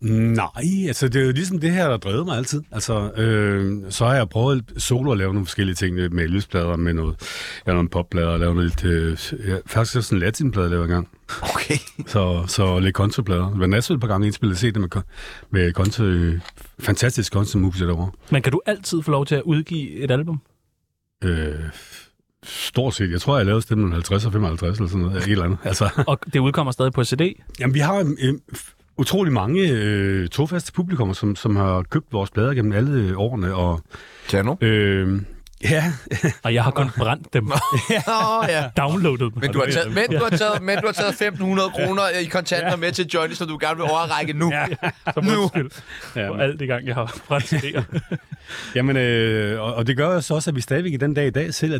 Speaker 2: nej, altså det er jo ligesom det her, der drevede mig altid. Altså, øh, så har jeg prøvet solo at lave nogle forskellige ting øh, med lysplader, med noget, ja, nogle popplader, og lave noget lidt, øh, ja, faktisk også en latinplade, jeg lavede engang.
Speaker 1: Okay.
Speaker 2: Så, så lidt kontoplader. Det var Nashville et par gange indspillet, set det med, kon- med konto, øh, fantastisk kontomusiker derovre.
Speaker 3: Men kan du altid få lov til at udgive et album?
Speaker 2: Øh, Stort set. Jeg tror, jeg lavede stemmen 50 og 55 eller sådan noget. Et eller andet. Altså,
Speaker 3: Og det udkommer stadig på CD.
Speaker 2: Jamen, vi har øh, utrolig mange øh, trofaste publikummer, som, som har købt vores plader gennem alle øh, årene. Og,
Speaker 1: Tjerno?
Speaker 2: øh, ja,
Speaker 3: Og jeg har kun brændt dem.
Speaker 1: Nå, ja.
Speaker 3: Downloadet dem.
Speaker 1: Men du, har taget, men, du har taget, men du har taget 1500 kroner øh, i kontanter med til Johnny, som du gerne vil overrække nu. Ja.
Speaker 3: Som
Speaker 1: Nu.
Speaker 3: undskyld for
Speaker 2: Jamen.
Speaker 3: alt det gang, jeg har brændt CD'er.
Speaker 2: jamen, øh, og, og det gør så også, at vi stadigvæk i den dag i dag sælger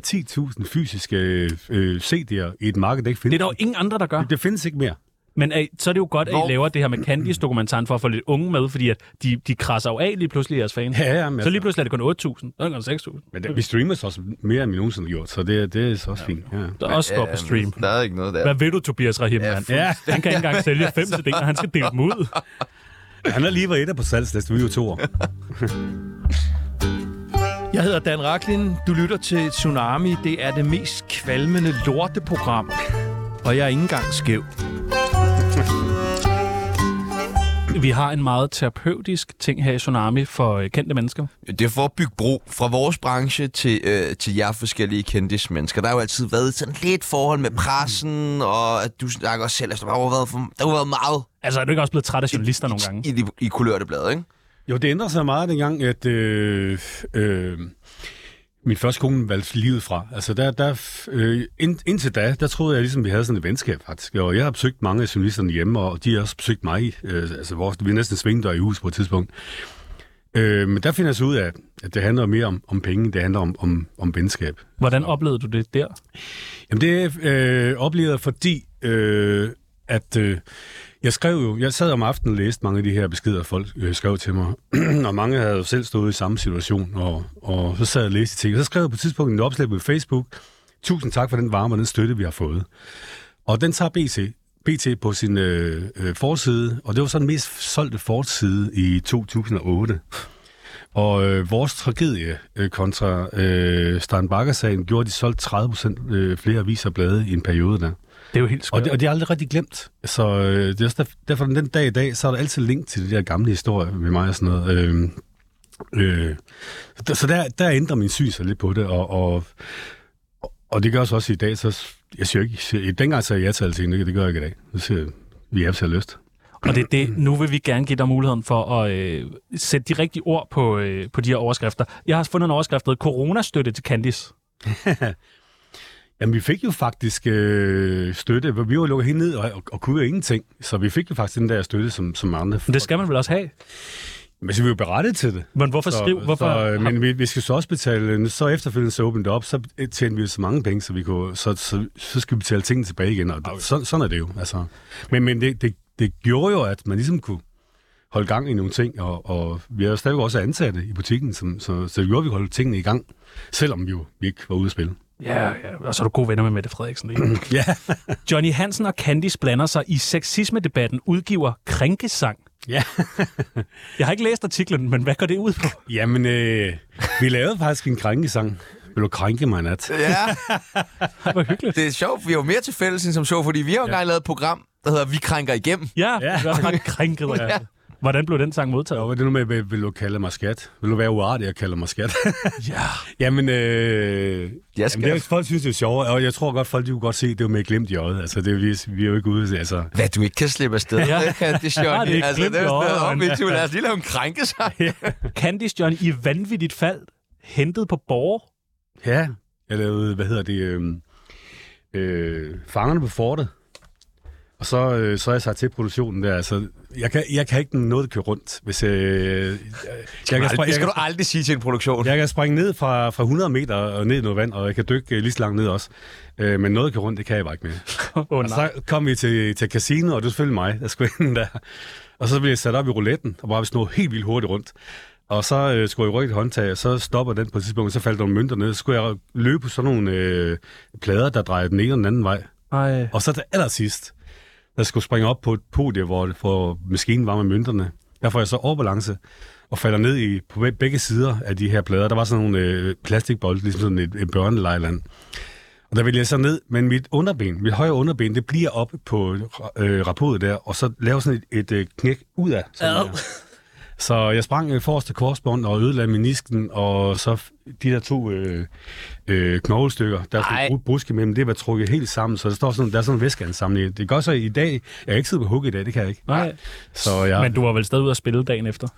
Speaker 2: 10.000 fysiske øh, CD'er i et marked, der ikke
Speaker 3: Det
Speaker 2: findes.
Speaker 3: er der jo ingen andre, der gør.
Speaker 2: det findes ikke mere.
Speaker 3: Men øh, så er det jo godt, at
Speaker 1: Hvor-
Speaker 3: I laver det her med Candice-dokumentaren for at få lidt unge med, fordi at de, de krasser jo af lige pludselig jeres fans.
Speaker 2: Ja, ja, men
Speaker 3: Så lige
Speaker 2: altså-
Speaker 3: pludselig er det kun 8.000, så er det kun 6.000.
Speaker 2: Men det, vi streamer så også mere, end vi nogensinde har gjort, så det, det er så også fint. Ja. altså-
Speaker 3: Så også går på stream.
Speaker 1: Der er ikke noget der.
Speaker 3: Hvad ved du, Tobias Rahim,
Speaker 1: Ja,
Speaker 3: mand?
Speaker 2: Ja,
Speaker 3: Han kan ikke engang sælge fem CD'er, han skal dele dem ud.
Speaker 2: han har lige været etter på salgslisten, vi er jo to år.
Speaker 8: Jeg hedder Dan Raklin. Du lytter til Tsunami. Det er det mest kvalmende lorteprogram. Og jeg er ikke engang skæv.
Speaker 3: Vi har en meget terapeutisk ting her i Tsunami for øh, kendte mennesker.
Speaker 1: Det er for at bygge bro fra vores branche til, øh, til jer forskellige kendtismennesker. Der har jo altid været sådan lidt forhold med pressen, og at du snakker også selv, altså, der har jo været, for, der har jo været meget
Speaker 3: Altså, er du ikke også blevet træt af journalister nogle gange?
Speaker 1: i, de, i kulørte blade, ikke?
Speaker 2: Jo, det ændrede sig meget dengang, at øh, øh, min første kone valgte livet fra. Altså, der, der, øh, ind, indtil da, der troede jeg ligesom, vi havde sådan et venskab faktisk. Og jeg har besøgt mange af journalisterne hjemme, og de har også besøgt mig. Øh, altså, vores, vi er næsten svingdør i hus på et tidspunkt. Øh, men der finder jeg så ud af, at det handler mere om, om penge, end det handler om, om, om venskab.
Speaker 3: Hvordan oplevede du det der?
Speaker 2: Jamen det øh, oplevede jeg, fordi øh, at øh, jeg skrev jo, jeg sad om aftenen og læste mange af de her beskeder, folk øh, skrev til mig, og mange havde jo selv stået i samme situation, og, og så sad jeg og læste de ting. Og så skrev jeg på et tidspunkt et opslag på Facebook, tusind tak for den varme og den støtte, vi har fået. Og den tager BT, BT på sin øh, øh, forside, og det var så den mest solgte forside i 2008. Og øh, vores tragedie øh, kontra øh, Stein Bakker-sagen gjorde, at de solgte 30% øh, flere aviser og blade i en periode der.
Speaker 3: Det er jo helt skørt.
Speaker 2: Og det, og det er aldrig rigtig glemt. Så øh, det er også derf- derfor, den dag i dag, så er der altid link til de der gamle historier med mig og sådan noget. Øh, øh, der- så der, der ændrer min syn sig lidt på det, og, og, og det gør så også i dag. Så jeg siger jo ikke, dengang sagde jeg ja til alting, det, det gør jeg ikke i dag. Så siger jeg, vi er til lyst.
Speaker 3: Og det er det, nu vil vi gerne give dig muligheden for at øh, sætte de rigtige ord på, øh, på de her overskrifter. Jeg har fundet en overskrift, der hedder Coronastøtte til Candice.
Speaker 2: Jamen, vi fik jo faktisk øh, støtte. Vi var lukket helt ned og, og, og kunne jo ingenting. Så vi fik jo faktisk den der støtte, som, som andre.
Speaker 3: Men det skal man vel også have?
Speaker 2: Men så er vi jo berettet til det.
Speaker 3: Men hvorfor
Speaker 2: Så,
Speaker 3: skriv? Hvorfor?
Speaker 2: så, øh, men vi, vi skal så også betale, så efterfølgende så åbent op, så tjente vi jo så mange penge, så, vi kunne, så, så, så skal vi betale tingene tilbage igen, og okay. så, sådan er det jo. Altså. Men, men det, det, det gjorde jo, at man ligesom kunne holde gang i nogle ting, og, og vi er jo stadigvæk også ansatte i butikken, som, så, så det gjorde, at vi kunne holde tingene i gang, selvom vi jo vi ikke var ude at spille.
Speaker 3: ja, ja, og så er du gode venner med Mette Frederiksen. Ikke?
Speaker 2: Ja,
Speaker 3: Johnny Hansen og Candice blander sig i sexisme-debatten, udgiver krænkesang.
Speaker 2: ja.
Speaker 3: Jeg har ikke læst artiklen, men hvad går det ud på?
Speaker 2: Jamen, øh, vi lavede faktisk en krænkesang. Vil du krænke mig i nat?
Speaker 1: Ja,
Speaker 3: Hvor hyggeligt.
Speaker 1: det er sjovt. Vi har jo mere til fælles end som så, fordi vi har jo engang lavet et program, der hedder Vi krænker igennem.
Speaker 3: Ja,
Speaker 2: Ja.
Speaker 3: jeg var ret krænket af det. Hvordan blev den sang
Speaker 2: Og
Speaker 3: modtaget?
Speaker 2: hvad er det nu med, vil, vil du kalde mig skat? Vil du være uartig at kalde mig skat?
Speaker 3: Ja.
Speaker 2: Jamen, øh,
Speaker 1: Jeg
Speaker 2: jamen
Speaker 1: skal-
Speaker 2: det er, folk synes, det er sjovt, og jeg tror godt, folk de kunne godt se, det var med et glimt i øjet. Altså, det, er- vi, vi er jo ikke ude, altså.
Speaker 1: Hvad du ikke kan slippe afsted.
Speaker 3: Ja.
Speaker 1: Det kan det
Speaker 3: Nej, det er
Speaker 1: Johnny.
Speaker 3: ikke
Speaker 1: Altså, det
Speaker 3: glemt
Speaker 1: er jo
Speaker 3: i
Speaker 1: stadig
Speaker 3: øjeblikket.
Speaker 1: objektivt. Lad os lige lave en krænke sig.
Speaker 3: Candice Johnny i vanvittigt fald, hentet på borger.
Speaker 2: Ja. Jeg lavede, hvad hedder det, øh, øh, Fangerne på Fortet. Og så, øh, så er jeg sagt til produktionen der, altså, jeg kan, jeg kan ikke noget køre rundt, hvis øh, jeg, jeg, kan,
Speaker 1: Altså, Det
Speaker 2: jeg,
Speaker 1: skal
Speaker 2: kan,
Speaker 1: du aldrig sige til en produktion.
Speaker 2: jeg kan springe ned fra, fra 100 meter og ned i noget vand, og jeg kan dykke øh, lige så langt ned også. Øh, men noget kan rundt, det kan jeg bare ikke mere.
Speaker 3: Åh oh,
Speaker 2: Og
Speaker 3: nej.
Speaker 2: så kom vi til, til casino, og det var selvfølgelig mig, der skulle ind der. Og så blev jeg sat op i rouletten, og bare snå helt vildt hurtigt rundt. Og så øh, skulle jeg rykke et håndtag, og så stopper den på et tidspunkt, og så faldt der nogle mønter ned. Så skulle jeg løbe på sådan nogle øh, plader, der drejede den ene og den anden vej.
Speaker 3: Ej.
Speaker 2: Og så til allersidst, der skulle springe op på et podie, hvor, hvor maskinen var med mønterne. Der får jeg så overbalance og falder ned i, på beg- begge sider af de her plader. Der var sådan nogle øh, plastikbolde, ligesom sådan et, et børnelejland. Og der ville jeg så ned, men mit underben, mit højre underben, det bliver oppe på øh, rapodet der, og så laver sådan et, et øh, knæk ud af. Sådan der. Så jeg sprang øh, forreste korsbånd og ødelagde menisken, og så f- de der to øh, øh, knoglestykker, der
Speaker 1: Ej.
Speaker 2: stod bru- brusk imellem, det var trykket helt sammen, så der, står sådan, der er sådan en væskeansamling. i det. Det gør så i dag, jeg har ikke siddet på hug i dag, det kan jeg ikke.
Speaker 3: Nej.
Speaker 2: Så jeg,
Speaker 3: Men du var vel stadig ude at spille dagen efter?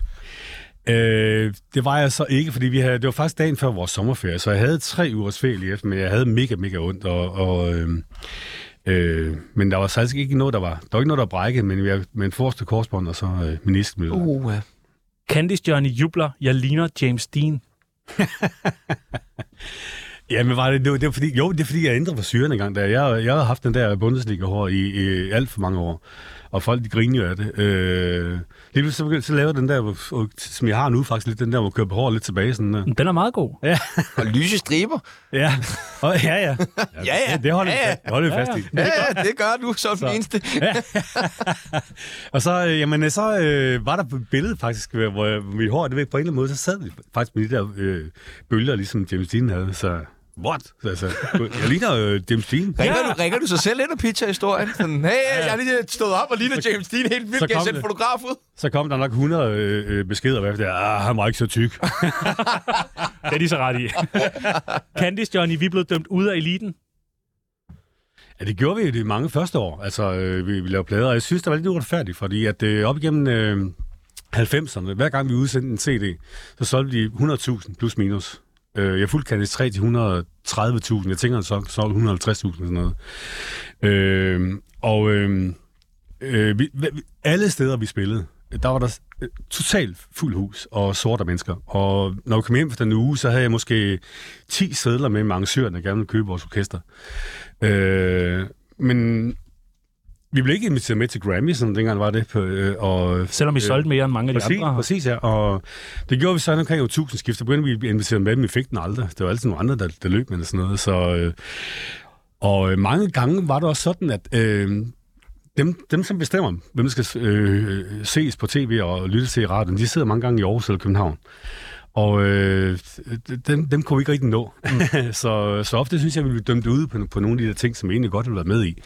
Speaker 2: Øh, det var jeg så ikke, fordi vi havde, det var faktisk dagen før vores sommerferie, så jeg havde tre ugers ferie lige efter, men jeg havde mega, mega ondt, og, og øh, øh, men der var faktisk ikke noget, der var, der var ikke noget, der brækkede, men, jeg, men forreste korsbånd og så øh, menisken. blev ødelagt.
Speaker 1: Uh,
Speaker 3: Candice Johnny jubler, jeg ligner James Dean.
Speaker 2: Jamen var det, det, var, det var fordi, jo, det er fordi, jeg ændrede for syren engang. Der. Jeg, jeg havde haft den der Bundesliga-hår i, i alt for mange år, og folk de griner jo af det. Øh, lige pludselig så, begyndte, så lavede jeg den der, hvor- og, som jeg har nu faktisk, lidt den der, hvor jeg kører på håret lidt tilbage. Sådan, der.
Speaker 3: Den er meget god.
Speaker 1: og lyse striber.
Speaker 2: Ja, og, ja, ja.
Speaker 1: Ja, ja.
Speaker 2: Det, det holder vi
Speaker 1: Ja, ja.
Speaker 2: fast- det holder vi fast i.
Speaker 1: Ja, ja, det gør du som den eneste.
Speaker 2: Og så, øh, jamen, øh, så øh, var der et billede faktisk, hvor- hvor jeg- mit hår, det ved jeg, på en eller anden måde, så sad vi faktisk med de der øh, bølger, ligesom James Dean havde, så... What? Altså, jeg ligner øh, James Dean.
Speaker 1: Ringer, du, ringer du sig selv ind og pitcher historien? Sådan, hey, jeg har lige stået op og ligner James Dean helt vildt.
Speaker 2: så
Speaker 1: Kan jeg
Speaker 2: kom
Speaker 1: sende
Speaker 2: det.
Speaker 1: fotograf ud?
Speaker 2: Så kom der nok 100 øh, øh, beskeder bagefter. Ah, han var ikke så tyk.
Speaker 3: Det er de så ret i. Candice Johnny, vi er blevet dømt ud af eliten.
Speaker 2: ja, det gjorde vi jo de mange første år. Altså, øh, vi, vi lavede plader, og jeg synes, det var lidt uretfærdigt, fordi at øh, op igennem øh, 90'erne, hver gang vi udsendte en CD, så solgte de 100.000 plus minus. Øh, jeg fulgte Candice 3 til 130.000. Jeg tænker, han solgte solgte 150.000 eller sådan noget. Øh, og øh, øh, vi, vi- alle steder, vi spillede, der var der s- øh, totalt fuld hus og sorte mennesker. Og når vi kom hjem efter en uge, så havde jeg måske 10 sædler med med arrangøren, der gerne ville købe vores orkester. Øh, men vi blev ikke inviteret med til Grammy, sådan dengang var det. På, øh, og
Speaker 3: Selvom I solgte mere end mange af de
Speaker 2: Præcis,
Speaker 3: andre. har.
Speaker 2: præcis, ja. Og det gjorde vi så omkring jo tusind skift. Så begyndte vi at blive inviteret med, men vi fik den aldrig. Det var altid nogle andre, der, der løb med det og sådan noget. Så, øh, og øh, mange gange var det også sådan, at øh, dem, dem, som bestemmer, hvem der skal øh, ses på tv og lytte til i radioen, de sidder mange gange i Aarhus eller København. Og øh, dem, dem kunne vi ikke rigtig nå. Mm. så, så ofte synes jeg, vi blev dømt ude på, på nogle af de der ting, som vi egentlig godt ville være med i.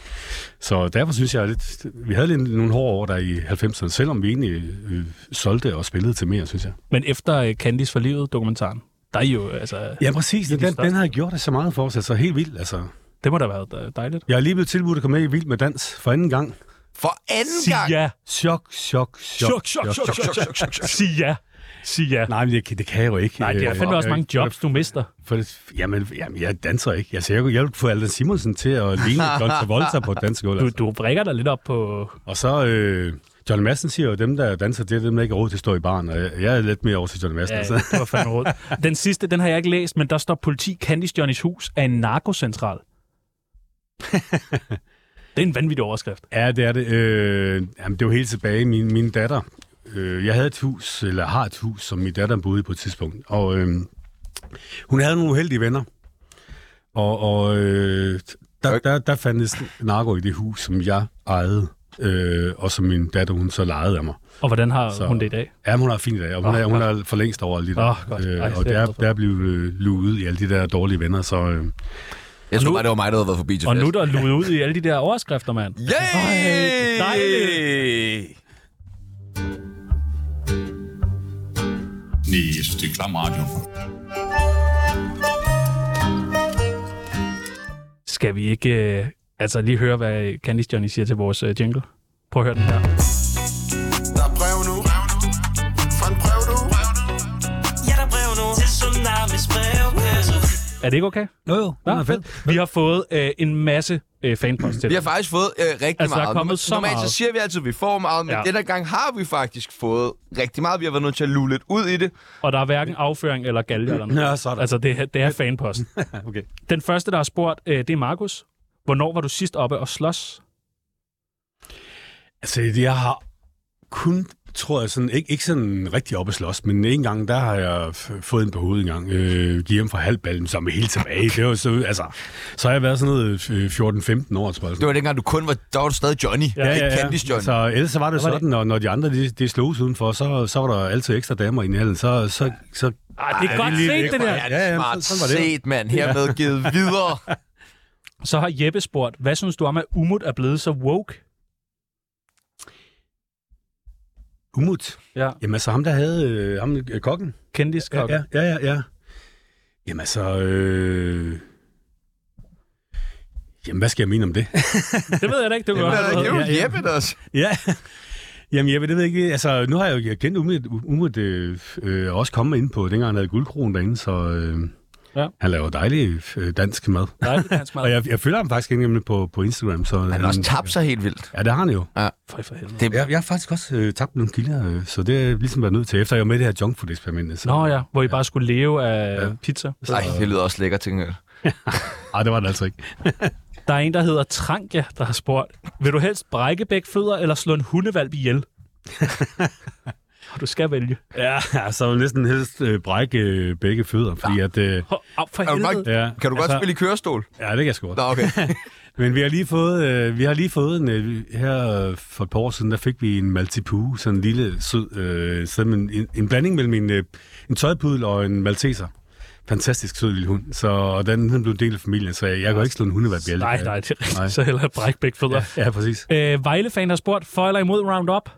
Speaker 2: Så derfor synes jeg, lidt, vi havde lidt nogle hårde år der i 90'erne, selvom vi egentlig øh, solgte og spillede til mere, synes jeg.
Speaker 3: Men efter øh, Candice for livet dokumentaren, der er I jo, altså,
Speaker 2: Ja, præcis.
Speaker 3: Det er de
Speaker 2: Den, den
Speaker 3: største.
Speaker 2: har gjort det så meget for os, altså helt vildt. Altså.
Speaker 3: det må da have været øh, dejligt.
Speaker 2: Jeg er lige blevet tilbudt at komme med i Vild med Dans for anden gang.
Speaker 1: For anden
Speaker 3: Sig
Speaker 1: gang.
Speaker 3: ja.
Speaker 2: Chok, chok, chok.
Speaker 3: Chok, chok, chok, chok, chok, chok, chok. Sig ja. Sig ja.
Speaker 2: Nej, men det, kan- det kan jeg jo ikke.
Speaker 3: Nej, det er
Speaker 2: Øh,
Speaker 3: fandme også
Speaker 2: øh,
Speaker 3: mange jobs, du mister.
Speaker 2: For, for, jamen, jamen, jeg danser ikke. Altså, jeg, kunne- jeg ville få Alden Simonsen til at ligne John Travolta på et dansegulv.
Speaker 3: Du,
Speaker 2: Altså.
Speaker 3: du vrikker dig lidt op på...
Speaker 2: Og så... Øh, John Madsen siger jo, at dem, der danser, det er dem, der ikke har råd til at stå i baren. Og jeg, jeg er lidt mere over til John Madsen.
Speaker 3: Ja,
Speaker 2: Ja, altså.
Speaker 3: det var fandme råd. Den sidste, den har jeg ikke læst, men der står politi Candice Johnnys hus af en narkocentral. det er en vanvittig overskrift.
Speaker 2: Ja, det er det. Øh, jamen, det var helt tilbage. Min, min datter, øh, jeg havde et hus, eller har et hus, som min datter boede i på et tidspunkt. Og øh, hun havde nogle uheldige venner. Og, og øh, der, der, der fandtes narko i det hus, som jeg ejede. Øh, og som min datter, hun så lejede af mig.
Speaker 3: Og hvordan har
Speaker 2: Så-
Speaker 3: hun det i dag?
Speaker 2: Ja, men hun har fint i dag, og hun,
Speaker 3: Åh,
Speaker 2: oh, er, hun er for længst over lige der. Øh,
Speaker 3: Åh, godt. Ej, det er
Speaker 2: og
Speaker 3: jeg
Speaker 2: der,
Speaker 3: glad for.
Speaker 2: der er blevet øh, luet i alle de der dårlige venner, så... Øh,
Speaker 1: Jeg tror
Speaker 3: nu-
Speaker 1: bare, det var mig, der havde været forbi til
Speaker 3: Og
Speaker 1: fest.
Speaker 3: nu er der luet ud i alle de der overskrifter, mand.
Speaker 1: Yay!
Speaker 3: dejligt.
Speaker 6: Næste, det er klam radio.
Speaker 3: Skal vi ikke øh, altså lige høre, hvad Candice Johnny siger til vores øh, jingle? Prøv at høre den her.
Speaker 5: Der er brev nu Fra en brev du
Speaker 4: Ja, der er brev nu til Tsunamis brevkasse.
Speaker 3: Er det ikke okay?
Speaker 2: jo, jo,
Speaker 3: Nå, fedt. Vi har fået øh, en masse øh, fanpost til
Speaker 1: Vi
Speaker 3: dig.
Speaker 1: har faktisk fået øh, rigtig
Speaker 3: Altså, der er
Speaker 1: meget.
Speaker 3: kommet så
Speaker 1: Normalt
Speaker 3: meget.
Speaker 1: så siger vi altid, at vi får meget, men
Speaker 3: Ja.
Speaker 1: ja. denne gang har vi faktisk fået rigtig meget. Vi har været nødt til at lue lidt ud i det.
Speaker 3: Og der er hverken afføring eller galge eller noget.
Speaker 2: Ja, sådan.
Speaker 3: Altså, det, er- det er fanpost.
Speaker 2: Okay.
Speaker 3: Den første, der har spurgt, øh, det er Markus. Hvornår var du sidst oppe og slås?
Speaker 2: Altså, jeg har kun, tror jeg, sådan, ikke, ikke sådan rigtig op at slås, men en gang, der har jeg f- fået en på hovedet en gang. Øh, gik hjem fra halvballen, som er helt tilbage. Det var så, altså, så har jeg været sådan noget øh, 14-15 år, tror jeg.
Speaker 1: Det var dengang, du kun var... Der var du stadig Johnny. Ja, ja, ja. Candice Johnny.
Speaker 3: Altså,
Speaker 2: Så ellers så var det
Speaker 3: var det-
Speaker 2: sådan, når, når de andre de, de slogs udenfor, så, så var der altid ekstra damer i nærheden. Så, så, så
Speaker 3: Ej, det er godt
Speaker 2: lige
Speaker 3: set,
Speaker 2: væk
Speaker 3: det
Speaker 2: fra-
Speaker 3: der.
Speaker 2: Ja, ja,
Speaker 1: Smart
Speaker 2: sådan, sådan var det.
Speaker 1: set, mand. Hermed givet videre.
Speaker 3: Så har Jeppe spurgt, hvad synes du om, at Umut er blevet så woke?
Speaker 2: Umut.
Speaker 3: Ja.
Speaker 2: Jamen altså ham, der havde øh, ham, øh, kokken.
Speaker 3: Kendiskok.
Speaker 2: Ja, ja, ja, ja. Jamen altså... Øh... Jamen, hvad skal jeg mene om det?
Speaker 3: Det ved jeg da ikke, du kan
Speaker 1: Jamen,
Speaker 3: godt
Speaker 1: er
Speaker 3: have
Speaker 1: der ikke
Speaker 3: noget.
Speaker 1: nogen Jeppe, der også?
Speaker 2: Ja. Jamen, jeg ved det ved jeg ikke. Altså, nu har jeg jo jeg kendt Umut, Umut øh, øh, også kommet ind på, dengang han havde guldkronen derinde, så øh,
Speaker 3: Ja.
Speaker 2: ja. han laver dejlig øh, dansk mad.
Speaker 3: Dejligt dansk mad.
Speaker 2: Og jeg, jeg følger ham faktisk ikke nemlig på, på Instagram. Så øh,
Speaker 1: Han har også tabt sig helt vildt.
Speaker 2: Ja, det har han jo.
Speaker 3: For, for helvede.
Speaker 1: Det,
Speaker 2: Jeg, jeg har faktisk også øh, tabt nogle kilder, øh, så det er ligesom været nødt til, efter jeg var med i det her junk food eksperimentet. Så.
Speaker 3: Nå ja, hvor I bare skulle leve af
Speaker 2: Ja.
Speaker 3: pizza.
Speaker 1: ej, det lyder også lækkert, tænker jeg.
Speaker 2: Ej, det var det altså ikke.
Speaker 3: Der er en, der hedder Trankia, der har spurgt, vil du helst brække begge fødder eller slå en hundevalp ihjel? og du skal vælge.
Speaker 2: Ja, så vil jeg næsten helst øh, brække øh, begge fødder, fordi at... Øh,
Speaker 3: Hov, Au, for
Speaker 1: Er du bare-
Speaker 3: helvede.
Speaker 2: ja,
Speaker 1: Ah.
Speaker 2: Altså,
Speaker 1: Kan du
Speaker 3: Altså-
Speaker 1: godt spille i kørestol?
Speaker 2: Ja, det kan jeg sgu godt.
Speaker 1: Nå, okay.
Speaker 2: Men vi har lige fået, øh, vi har lige fået en, øh, her øh, for et par år siden, der fik vi en Maltipu, sådan en lille sød, øh, sådan en, en, en blanding mellem en, øh, en tøjpudel og en malteser. Fantastisk sød lille hund. Så og den, den blev en del af familien, så jeg, jeg kan ikke slå en hundevalg ihjel.
Speaker 3: Nej, nej, det er rigtigt.
Speaker 2: Nej.
Speaker 3: Så hellere brække begge fødder.
Speaker 2: Ja, ja, præcis.
Speaker 3: Ja. Øh, Vejlefan har spurgt, for eller imod Roundup?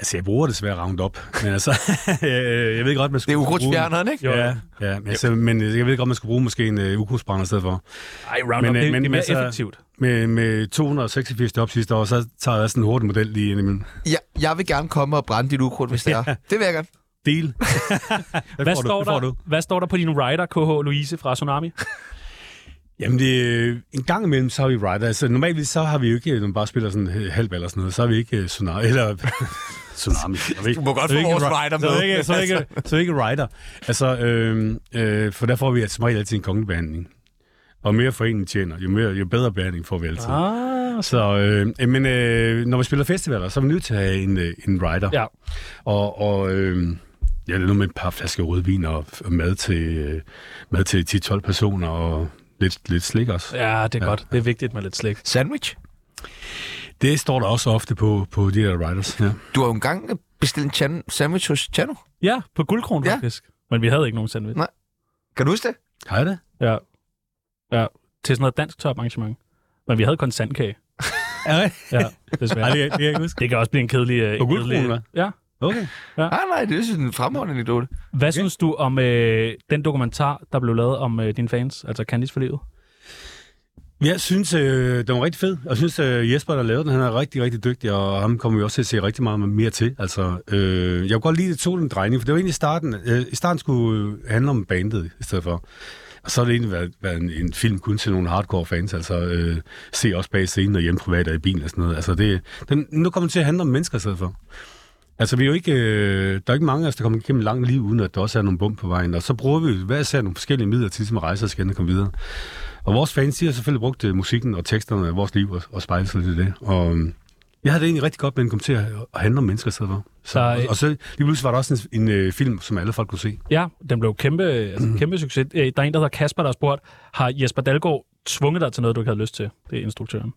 Speaker 2: Altså, jeg bruger desværre Roundup, men altså, øh, jeg ved godt, man
Speaker 1: Det
Speaker 2: skulle
Speaker 1: er
Speaker 2: bruge-
Speaker 1: ukrudtsfjerneren, ikke?
Speaker 3: Jo.
Speaker 2: Ja, ja men, altså, men jeg ved godt, man skulle bruge måske en øh, ukrudtsbrænder i stedet for.
Speaker 3: Ej, Roundup,
Speaker 2: Men,
Speaker 3: men, altså,
Speaker 2: øh,
Speaker 3: det,
Speaker 2: men-
Speaker 3: det er
Speaker 2: men
Speaker 3: mere
Speaker 2: så-
Speaker 3: effektivt.
Speaker 2: Med, med 286 job sidste år, så tager jeg sådan en hurtig model lige ind imellem.
Speaker 1: Ja, jeg vil gerne komme og brænde dit ukrudt, hvis det er. Det vil jeg gerne.
Speaker 2: Del.
Speaker 3: Hvad står, der, hvad står der på din rider, KH Louise fra Tsunami?
Speaker 2: Jamen, det, øh, en gang imellem, så har vi rider. Altså, normalt så har vi jo ikke, når man bare spiller sådan øh, halv eller sådan noget, så har vi ikke øh, Tsunami, eller... tsunami. så har vi ikke-
Speaker 1: Du må godt få
Speaker 2: så er ikke
Speaker 1: vores
Speaker 2: ri-
Speaker 1: rider
Speaker 2: Så er
Speaker 1: med.
Speaker 2: ikke, så er ikke, så er ikke rider. Altså, øh, øh, for der får vi som regel altid en kongebehandling. Og mere foreningen tjener, jo, mere, jo bedre behandling får vi altid.
Speaker 3: Ah,
Speaker 2: Så, øh, øh, men øh, når vi spiller festivaler, så er vi nødt til at have en, øh, en rider.
Speaker 3: ja.
Speaker 2: Og, og øh, ja, det er noget med et par flasker rødvin og, og mad til, øh, mad til 10-12 personer og lidt, lidt slik også.
Speaker 3: ja, det er godt. Det er vigtigt med lidt slik.
Speaker 1: Sandwich?
Speaker 2: Det står der også ofte på, på de der riders. Ja.
Speaker 1: Du har jo engang bestilt en chan- sandwich hos Chano.
Speaker 3: Ja, på guldkron
Speaker 1: Ja.
Speaker 3: faktisk. Men vi havde ikke nogen sandwich.
Speaker 1: Nej. Kan du huske det?
Speaker 2: Har jeg det?
Speaker 3: Ja. ja. Til sådan noget dansk toparrangement. Men vi havde kun sandkage.
Speaker 2: Er det?
Speaker 3: Ja, desværre.
Speaker 2: Nej, det, det kan jeg ikke huske.
Speaker 3: Det kan også blive en kedelig... øh,
Speaker 2: På
Speaker 3: en kedelig-
Speaker 2: guldkronen,
Speaker 3: Ja.
Speaker 2: Okay.
Speaker 1: Nej, nej, det er sådan en fremragende anekdote.
Speaker 3: Hvad okay. synes du om øh, den dokumentar, der blev lavet om øh, dine fans, altså Candice for livet?
Speaker 2: Jeg synes, øh, den var rigtig fed. Jeg synes, øh, Jesper, der lavede den, han er rigtig, rigtig dygtig, og ham kommer vi også til at se rigtig meget mere til. Altså, øh, jeg kunne godt lide, at det tog den drejning, for det var egentlig i starten. Øh, I starten skulle øh, handle om bandet i stedet for. Og så har det egentlig været, været en, en film kun til nogle hardcore fans, altså øh, se også bag scenen og hjemme privat og i bilen og sådan noget. Altså, det, den, nu kommer det til at handle om mennesker i stedet for. Altså, vi er jo ikke, øh, der er ikke mange af os, der kommer igennem langt liv, uden at der også er nogle bump på vejen. Og så bruger vi jo hver især nogle forskellige midler til ligesom at rejse og skal komme videre. Og vores fans, de har selvfølgelig brugt øh, musikken og teksterne af vores liv og, og spejlet sig lidt i det. Og øhm, jeg havde det egentlig rigtig godt, men kom til at, at handle om mennesker i stedet for. Så,
Speaker 3: Så,
Speaker 2: så,
Speaker 3: øh,
Speaker 2: og, og så lige pludselig var der også en, en øh, film, som alle folk kunne se.
Speaker 3: Ja, den blev kæmpe, altså, kæmpe succes. Øh, Der er en, der hedder Kasper, der har spurgt, har Jesper Dalgaard tvunget dig til noget, du ikke havde lyst til? Det er instruktøren.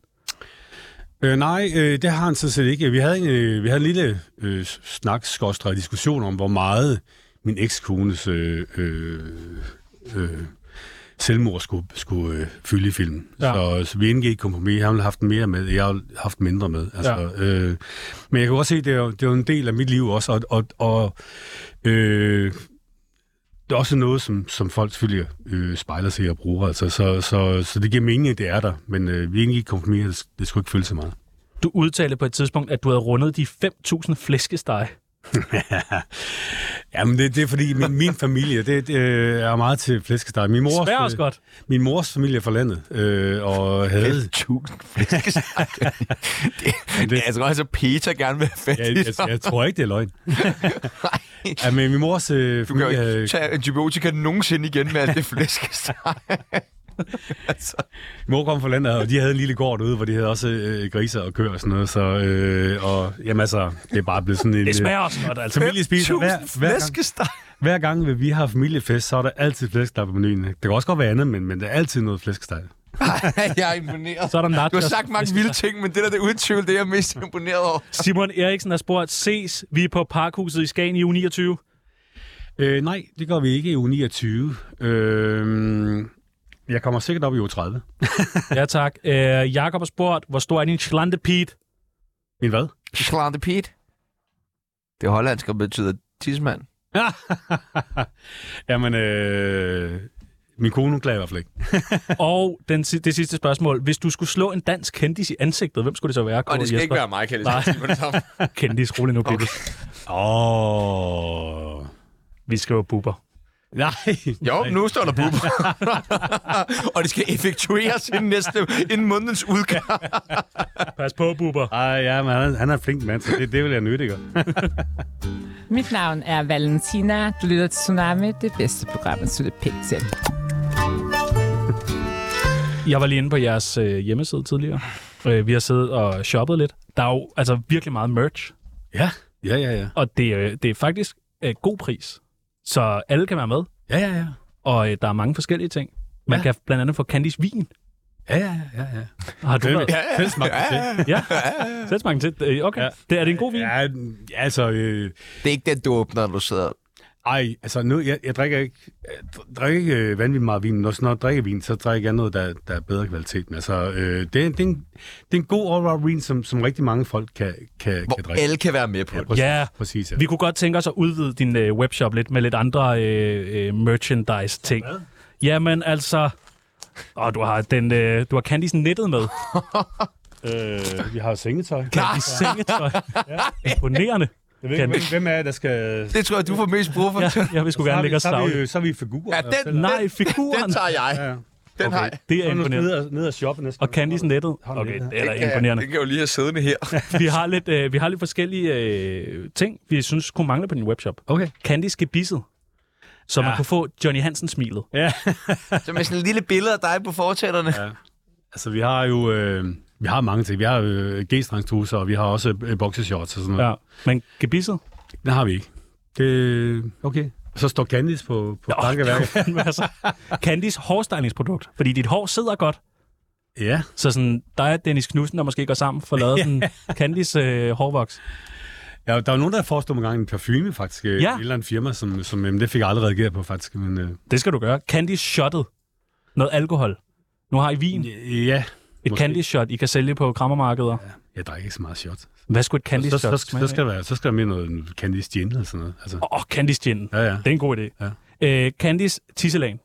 Speaker 2: Øh, nej, øh, det har han sådan set ikke. Vi havde en, øh, vi havde en lille øh, snak, skorstræk, diskussion om, hvor meget min ekskones øh, øh, øh, selvmord skulle, skulle øh, fylde i filmen.
Speaker 3: Ja.
Speaker 2: Ja. Så, så vi indgik et kompromis. Han har haft mere med, jeg har haft mindre med. Altså, ja. øh, men jeg kan godt se, at det er, jo- det er jo en del af mit liv også, og, og, og øh, det er også noget, som, som folk selvfølgelig øh, spejler sig i og bruger. Altså, så, så, så det giver mening, at det er der, men øh, vi indgik et kompromis, at det, det skulle ikke føles så meget.
Speaker 3: Du udtalte på et tidspunkt, at du havde rundet de 5.000 flæskesteg.
Speaker 2: Jamen, det, det er fordi, min, min familie det, det, øh, er meget til flæskesteg. Min mors, øh,
Speaker 3: Smager også godt.
Speaker 2: min mors familie er fra landet, øh, og havde...
Speaker 1: 1000 flæskesteg. det, det, jeg tror altså, Peter gerne vil have fat
Speaker 2: Jeg,
Speaker 1: i
Speaker 2: jeg,
Speaker 1: sig.
Speaker 2: jeg, tror ikke, det er løgn.
Speaker 1: Nej,
Speaker 2: Ja, men min mors øh,
Speaker 1: du kan jo
Speaker 2: familie... havde-
Speaker 1: ikke tage antibiotika nogensinde igen med alt det flæskesteg.
Speaker 2: Mor kom fra landet, og de havde en lille gård derude, hvor de havde også øh, griser og køer og sådan noget. Så, øh, og, jamen altså, det er bare blevet sådan en...
Speaker 3: Det
Speaker 2: øh,
Speaker 3: smager også godt, altså.
Speaker 2: Familie spiser hver,
Speaker 1: 1000
Speaker 2: hver, gang,
Speaker 1: flæskesteg.
Speaker 2: hver gang vi har familiefest, så er der altid flæskesteg på menuen. Det kan også godt være andet, men, men der er altid noget flæskesteg.
Speaker 1: Ej, jeg er imponeret.
Speaker 3: Så er der
Speaker 1: Du har
Speaker 3: nachos.
Speaker 1: sagt mange vilde ting, men det der det er uden tvivl, det er jeg mest imponeret over.
Speaker 3: Simon Eriksen har spurgt, ses vi er på Parkhuset i Skagen i uge 29?
Speaker 2: Øh, nej, det gør vi ikke i uge 29. Øh, jeg kommer sikkert op i uge 30.
Speaker 3: Ja, tak. Øh, Jakob har spurgt, hvor stor er din schlantepit?
Speaker 2: Min hvad?
Speaker 1: Slante Piet. Det hollandske betyder tidsmand.
Speaker 2: Jamen, øh, min kone, hun klager i hvert fald ikke.
Speaker 3: Og den, si- det sidste spørgsmål. Hvis du skulle slå en dansk kendis i ansigtet, hvem skulle det så være? Kåre Jesper?
Speaker 1: mig, kan
Speaker 3: Nej.
Speaker 1: sige med det samme.
Speaker 3: Kendis, rolig nu, okay.
Speaker 2: Åh... Oh.
Speaker 3: Vi skriver buber.
Speaker 2: Nej.
Speaker 1: Jo, nu står der bub. og det skal effektueres inden, næste, inden månedens udgang.
Speaker 3: Pas på, buber.
Speaker 2: Ej, ja, men han, er- han er en flink mand, så det, det vil jeg nytte, ikke?
Speaker 9: Mit navn er Valentina. Du lytter til Tsunami, det bedste program, at slutte pænt til.
Speaker 3: Jeg var lige inde på jeres øh, hjemmeside tidligere. Øh, vi har siddet og shoppet lidt. Der er jo altså virkelig meget merch,
Speaker 2: Ja. Ja, ja, ja.
Speaker 3: og det, øh, det er faktisk øh, god pris. Så alle kan være med,
Speaker 2: Ja, ja, ja.
Speaker 3: og øh, der er mange forskellige ting. Man
Speaker 2: Ja.
Speaker 3: kan blandt andet få Candice vin.
Speaker 2: Ja, ja, ja, ja.
Speaker 3: Har du været?
Speaker 2: ja, ja. smagte det til.
Speaker 3: Ja, selvsmagen til. Øh, Okay,
Speaker 2: Ja.
Speaker 3: ja. det, er det en god vin? Ja.
Speaker 2: Ja, n- altså... Øh,
Speaker 1: Det er ikke den, du åbner, når du sidder.
Speaker 2: ej, altså nu, jeg, jeg drikker ikke, jeg dr- drikker ikke øh, vanvittigt meget vin. Når, når jeg drikker vin, så drikker jeg noget, der, der er bedre kvalitet. Men altså, øh, det, er, det, er en, det er en god all-round vin, som, som rigtig mange folk kan, kan, kan
Speaker 1: Hvor
Speaker 2: drikke.
Speaker 1: alle kan være med på det.
Speaker 2: Præcis,
Speaker 3: Ja.
Speaker 2: præcis ja.
Speaker 3: Vi kunne godt tænke os at udvide din øh, webshop lidt med lidt andre øh, øh, merchandise-ting. Jamen altså... Åh, du har, den, øh, du har Candice nettet med.
Speaker 2: Øh, vi har sengetøj.
Speaker 3: Candice sengetøj. Imponerende.
Speaker 2: Jeg ved ikke,
Speaker 3: Kan-
Speaker 2: hvem, hvem er det, der skal...
Speaker 1: Det tror jeg, du får mest brug for.
Speaker 3: Ja, jeg vil sgu
Speaker 2: Så
Speaker 3: gerne
Speaker 2: har
Speaker 3: lægge
Speaker 2: vi,
Speaker 3: os
Speaker 2: så har
Speaker 3: savle.
Speaker 2: vi, så har vi figurer.
Speaker 1: Ja,
Speaker 2: der
Speaker 1: den-
Speaker 2: sælger.
Speaker 3: Nej, figuren.
Speaker 1: Den tager jeg.
Speaker 2: Ja, ja.
Speaker 1: Den har
Speaker 2: Okay.
Speaker 1: jeg.
Speaker 3: Det er
Speaker 2: Så nu
Speaker 3: imponerende.
Speaker 2: ned og, ned og shoppe næste
Speaker 3: Og Candice nettet.
Speaker 2: Hold
Speaker 3: Okay,
Speaker 2: lidt.
Speaker 3: det er da
Speaker 1: Ja,
Speaker 3: imponerende.
Speaker 1: Det kan jeg jo lige have siddende her.
Speaker 3: Vi har lidt, øh, vi har lidt forskellige øh, ting, vi synes kunne mangle på din webshop.
Speaker 2: Okay.
Speaker 3: Candice gebisset. Så ja. man kunne få Johnny Hansen-smilet.
Speaker 2: Ja.
Speaker 1: Så med sådan et lille billede af dig på fortællerne. Ja.
Speaker 2: Altså, vi har jo... Øh, vi har mange ting. Vi har øh, g-strangstruser, og vi har også øh, boxershorts og sådan noget.
Speaker 3: Ja. Men gebisset?
Speaker 2: Ja. Det har vi ikke. Det, okay. Så står Candice på, på
Speaker 3: Nå,
Speaker 2: bankeværket.
Speaker 3: det kunne være så. Candice hårstylingsprodukt. Fordi dit hår sidder godt.
Speaker 2: Ja.
Speaker 3: Så sådan, dig og Dennis Knudsen, der måske går sammen, får lavet sådan Candice øh, hårvoks.
Speaker 2: ja. Der var nogen, der forestod mig engang en parfume, faktisk. øh,
Speaker 3: Ja.
Speaker 2: Et eller andet firma, som, som jamen, det fik jeg aldrig reageret på, faktisk. Men, øh,
Speaker 3: Det skal du gøre. Candice shottet. Noget alkohol. Nu har I vin.
Speaker 2: ja.
Speaker 3: Et
Speaker 2: måske.
Speaker 3: candy shot, I kan sælge på krammermarkeder.
Speaker 2: Jeg drikker ikke så meget shot.
Speaker 3: Hvad skulle et candy
Speaker 2: Så, så,
Speaker 3: shot
Speaker 2: så, så, skal der være, så skal der mere noget Candice gin eller sådan noget. Altså,
Speaker 3: Åh, oh, Candice gin.
Speaker 2: ja, ja.
Speaker 3: Det er en god idé.
Speaker 2: Ja.
Speaker 3: Øh, Candice tisselan.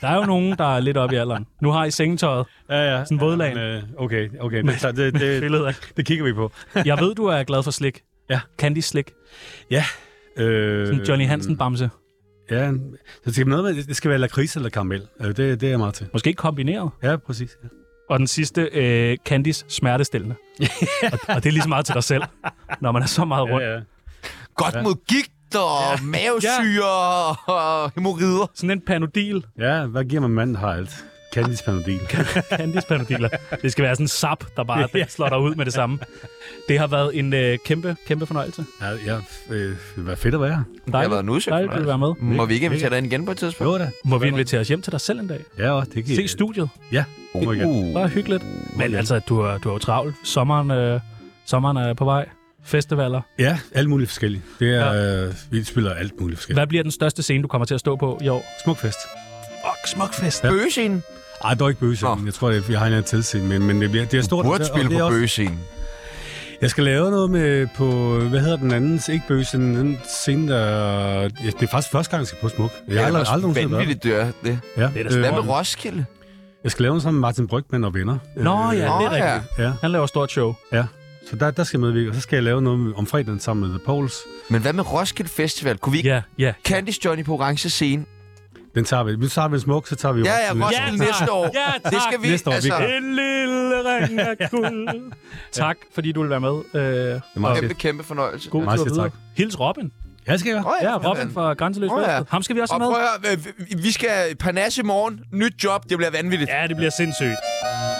Speaker 3: der er jo nogen, der er lidt oppe i alderen. Nu har I sengetøjet.
Speaker 2: Ja, ja.
Speaker 3: Sådan vådlagen.
Speaker 2: Ja, men, øh, okay, okay. Men, så det, det,
Speaker 3: Billeder.
Speaker 2: det kigger vi på.
Speaker 3: Jeg ved, du er glad for slik.
Speaker 2: Ja.
Speaker 3: Candice slik.
Speaker 2: Øh,
Speaker 3: Sådan Johnny Hansen-bamse.
Speaker 2: Ja, så det skal, noget med, det skal være lakrids eller karamel. Øh, Det, det er jeg meget til.
Speaker 3: Måske ikke kombineret.
Speaker 2: Ja, præcis. Ja.
Speaker 3: Og den sidste, øh, Candice smertestillende. og, og det er lige så meget til dig selv, når man er så meget rundt.
Speaker 2: Ja, ja.
Speaker 1: Godt mod gigt og ja. mavesyre og hemorrider.
Speaker 3: Sådan en panodil.
Speaker 2: ja, hvad giver man manden har alt? Candice Panodil.
Speaker 3: Candice panodiler. Det skal være sådan en sap, der bare den slår dig ud med det samme. Det har været en øh, kæmpe, kæmpe fornøjelse.
Speaker 2: Ja, ja, øh, hvad fedt at være.
Speaker 1: Det har været en udsigt.
Speaker 3: Dejligt, at du være med.
Speaker 1: Må vi ikke invitere dig ind igen på et tidspunkt?
Speaker 2: Jo da.
Speaker 3: Må vi invitere os hjem til dig selv en dag?
Speaker 2: Ja, og det kan
Speaker 3: Se studiet.
Speaker 2: Ja. Oh my God.
Speaker 3: Bare hyggeligt.
Speaker 1: Uh,
Speaker 3: Men altså, du har, du har jo travlt. Sommeren, øh, sommeren er på vej. Festivaler.
Speaker 2: Ja, alt muligt forskelligt. Det er, ja. øh, vi spiller alt muligt forskelligt.
Speaker 3: Hvad bliver den største scene, du kommer til at stå på i år?
Speaker 2: Smukfest.
Speaker 3: Fuck, Smukfest.
Speaker 2: Ja.
Speaker 1: Bøgescenen.
Speaker 2: Ej, der er ikke bøgescenen.
Speaker 1: Nå.
Speaker 2: Jeg tror, det- jeg har en anden tilsyn, men, men det, bliver, det er stort.
Speaker 1: Burde
Speaker 2: og- og
Speaker 1: spille
Speaker 2: det er
Speaker 1: på
Speaker 2: også-
Speaker 1: bøgescenen.
Speaker 2: Jeg skal lave noget med på, hvad hedder den andens, ikke bøse, den anden scene, der... Ja, det er faktisk første gang, jeg skal på smuk. Jeg har aldrig, aldrig nogensinde været.
Speaker 1: vanvittigt dør, det.
Speaker 2: der. Ja.
Speaker 3: Det er da
Speaker 1: Hvad
Speaker 2: øh,
Speaker 1: med Roskilde?
Speaker 2: jeg skal lave noget sammen med Martin Brygman og venner.
Speaker 3: Nå ja,
Speaker 1: Nå,
Speaker 3: det er
Speaker 1: ja.
Speaker 3: rigtigt.
Speaker 2: Ja,
Speaker 3: Han laver stort show.
Speaker 2: ja. Så der, der skal jeg medvirke, og så skal jeg lave noget om fredagen sammen med The Poles.
Speaker 1: Men hvad med Roskilde Festival? Kunne vi ikke
Speaker 3: Ja, ja.
Speaker 1: Candice Johnny på orange scene?
Speaker 2: Den tager vi. Nu tager vi en smuk, så tager vi
Speaker 1: Ja, ja,
Speaker 2: Roskilde.
Speaker 1: Roskilde
Speaker 3: Ja, tak.
Speaker 1: næste år.
Speaker 3: Ja, tak.
Speaker 1: Det skal vi,
Speaker 2: Næste år, vi
Speaker 1: altså,
Speaker 2: kan.
Speaker 1: vi
Speaker 3: En lille ring af guld. Ah. tak, fordi du vil være med. Øh,
Speaker 2: er meget
Speaker 1: kæmpe, kæmpe fornøjelse.
Speaker 3: god
Speaker 2: Meget
Speaker 3: tur
Speaker 2: tak.
Speaker 3: videre. Hils Robin.
Speaker 2: Ja, det skal jeg gøre.
Speaker 1: Åh,
Speaker 3: Ja, Robin
Speaker 1: for
Speaker 3: fra Grænseløs
Speaker 1: Åh, ja.
Speaker 3: oh, Ham skal vi også
Speaker 1: Og
Speaker 3: have med.
Speaker 1: prøv at høre, øh, vi- vi skal Parnasse i morgen. Nyt job. Det bliver vanvittigt.
Speaker 3: Ja, det bliver sindssygt.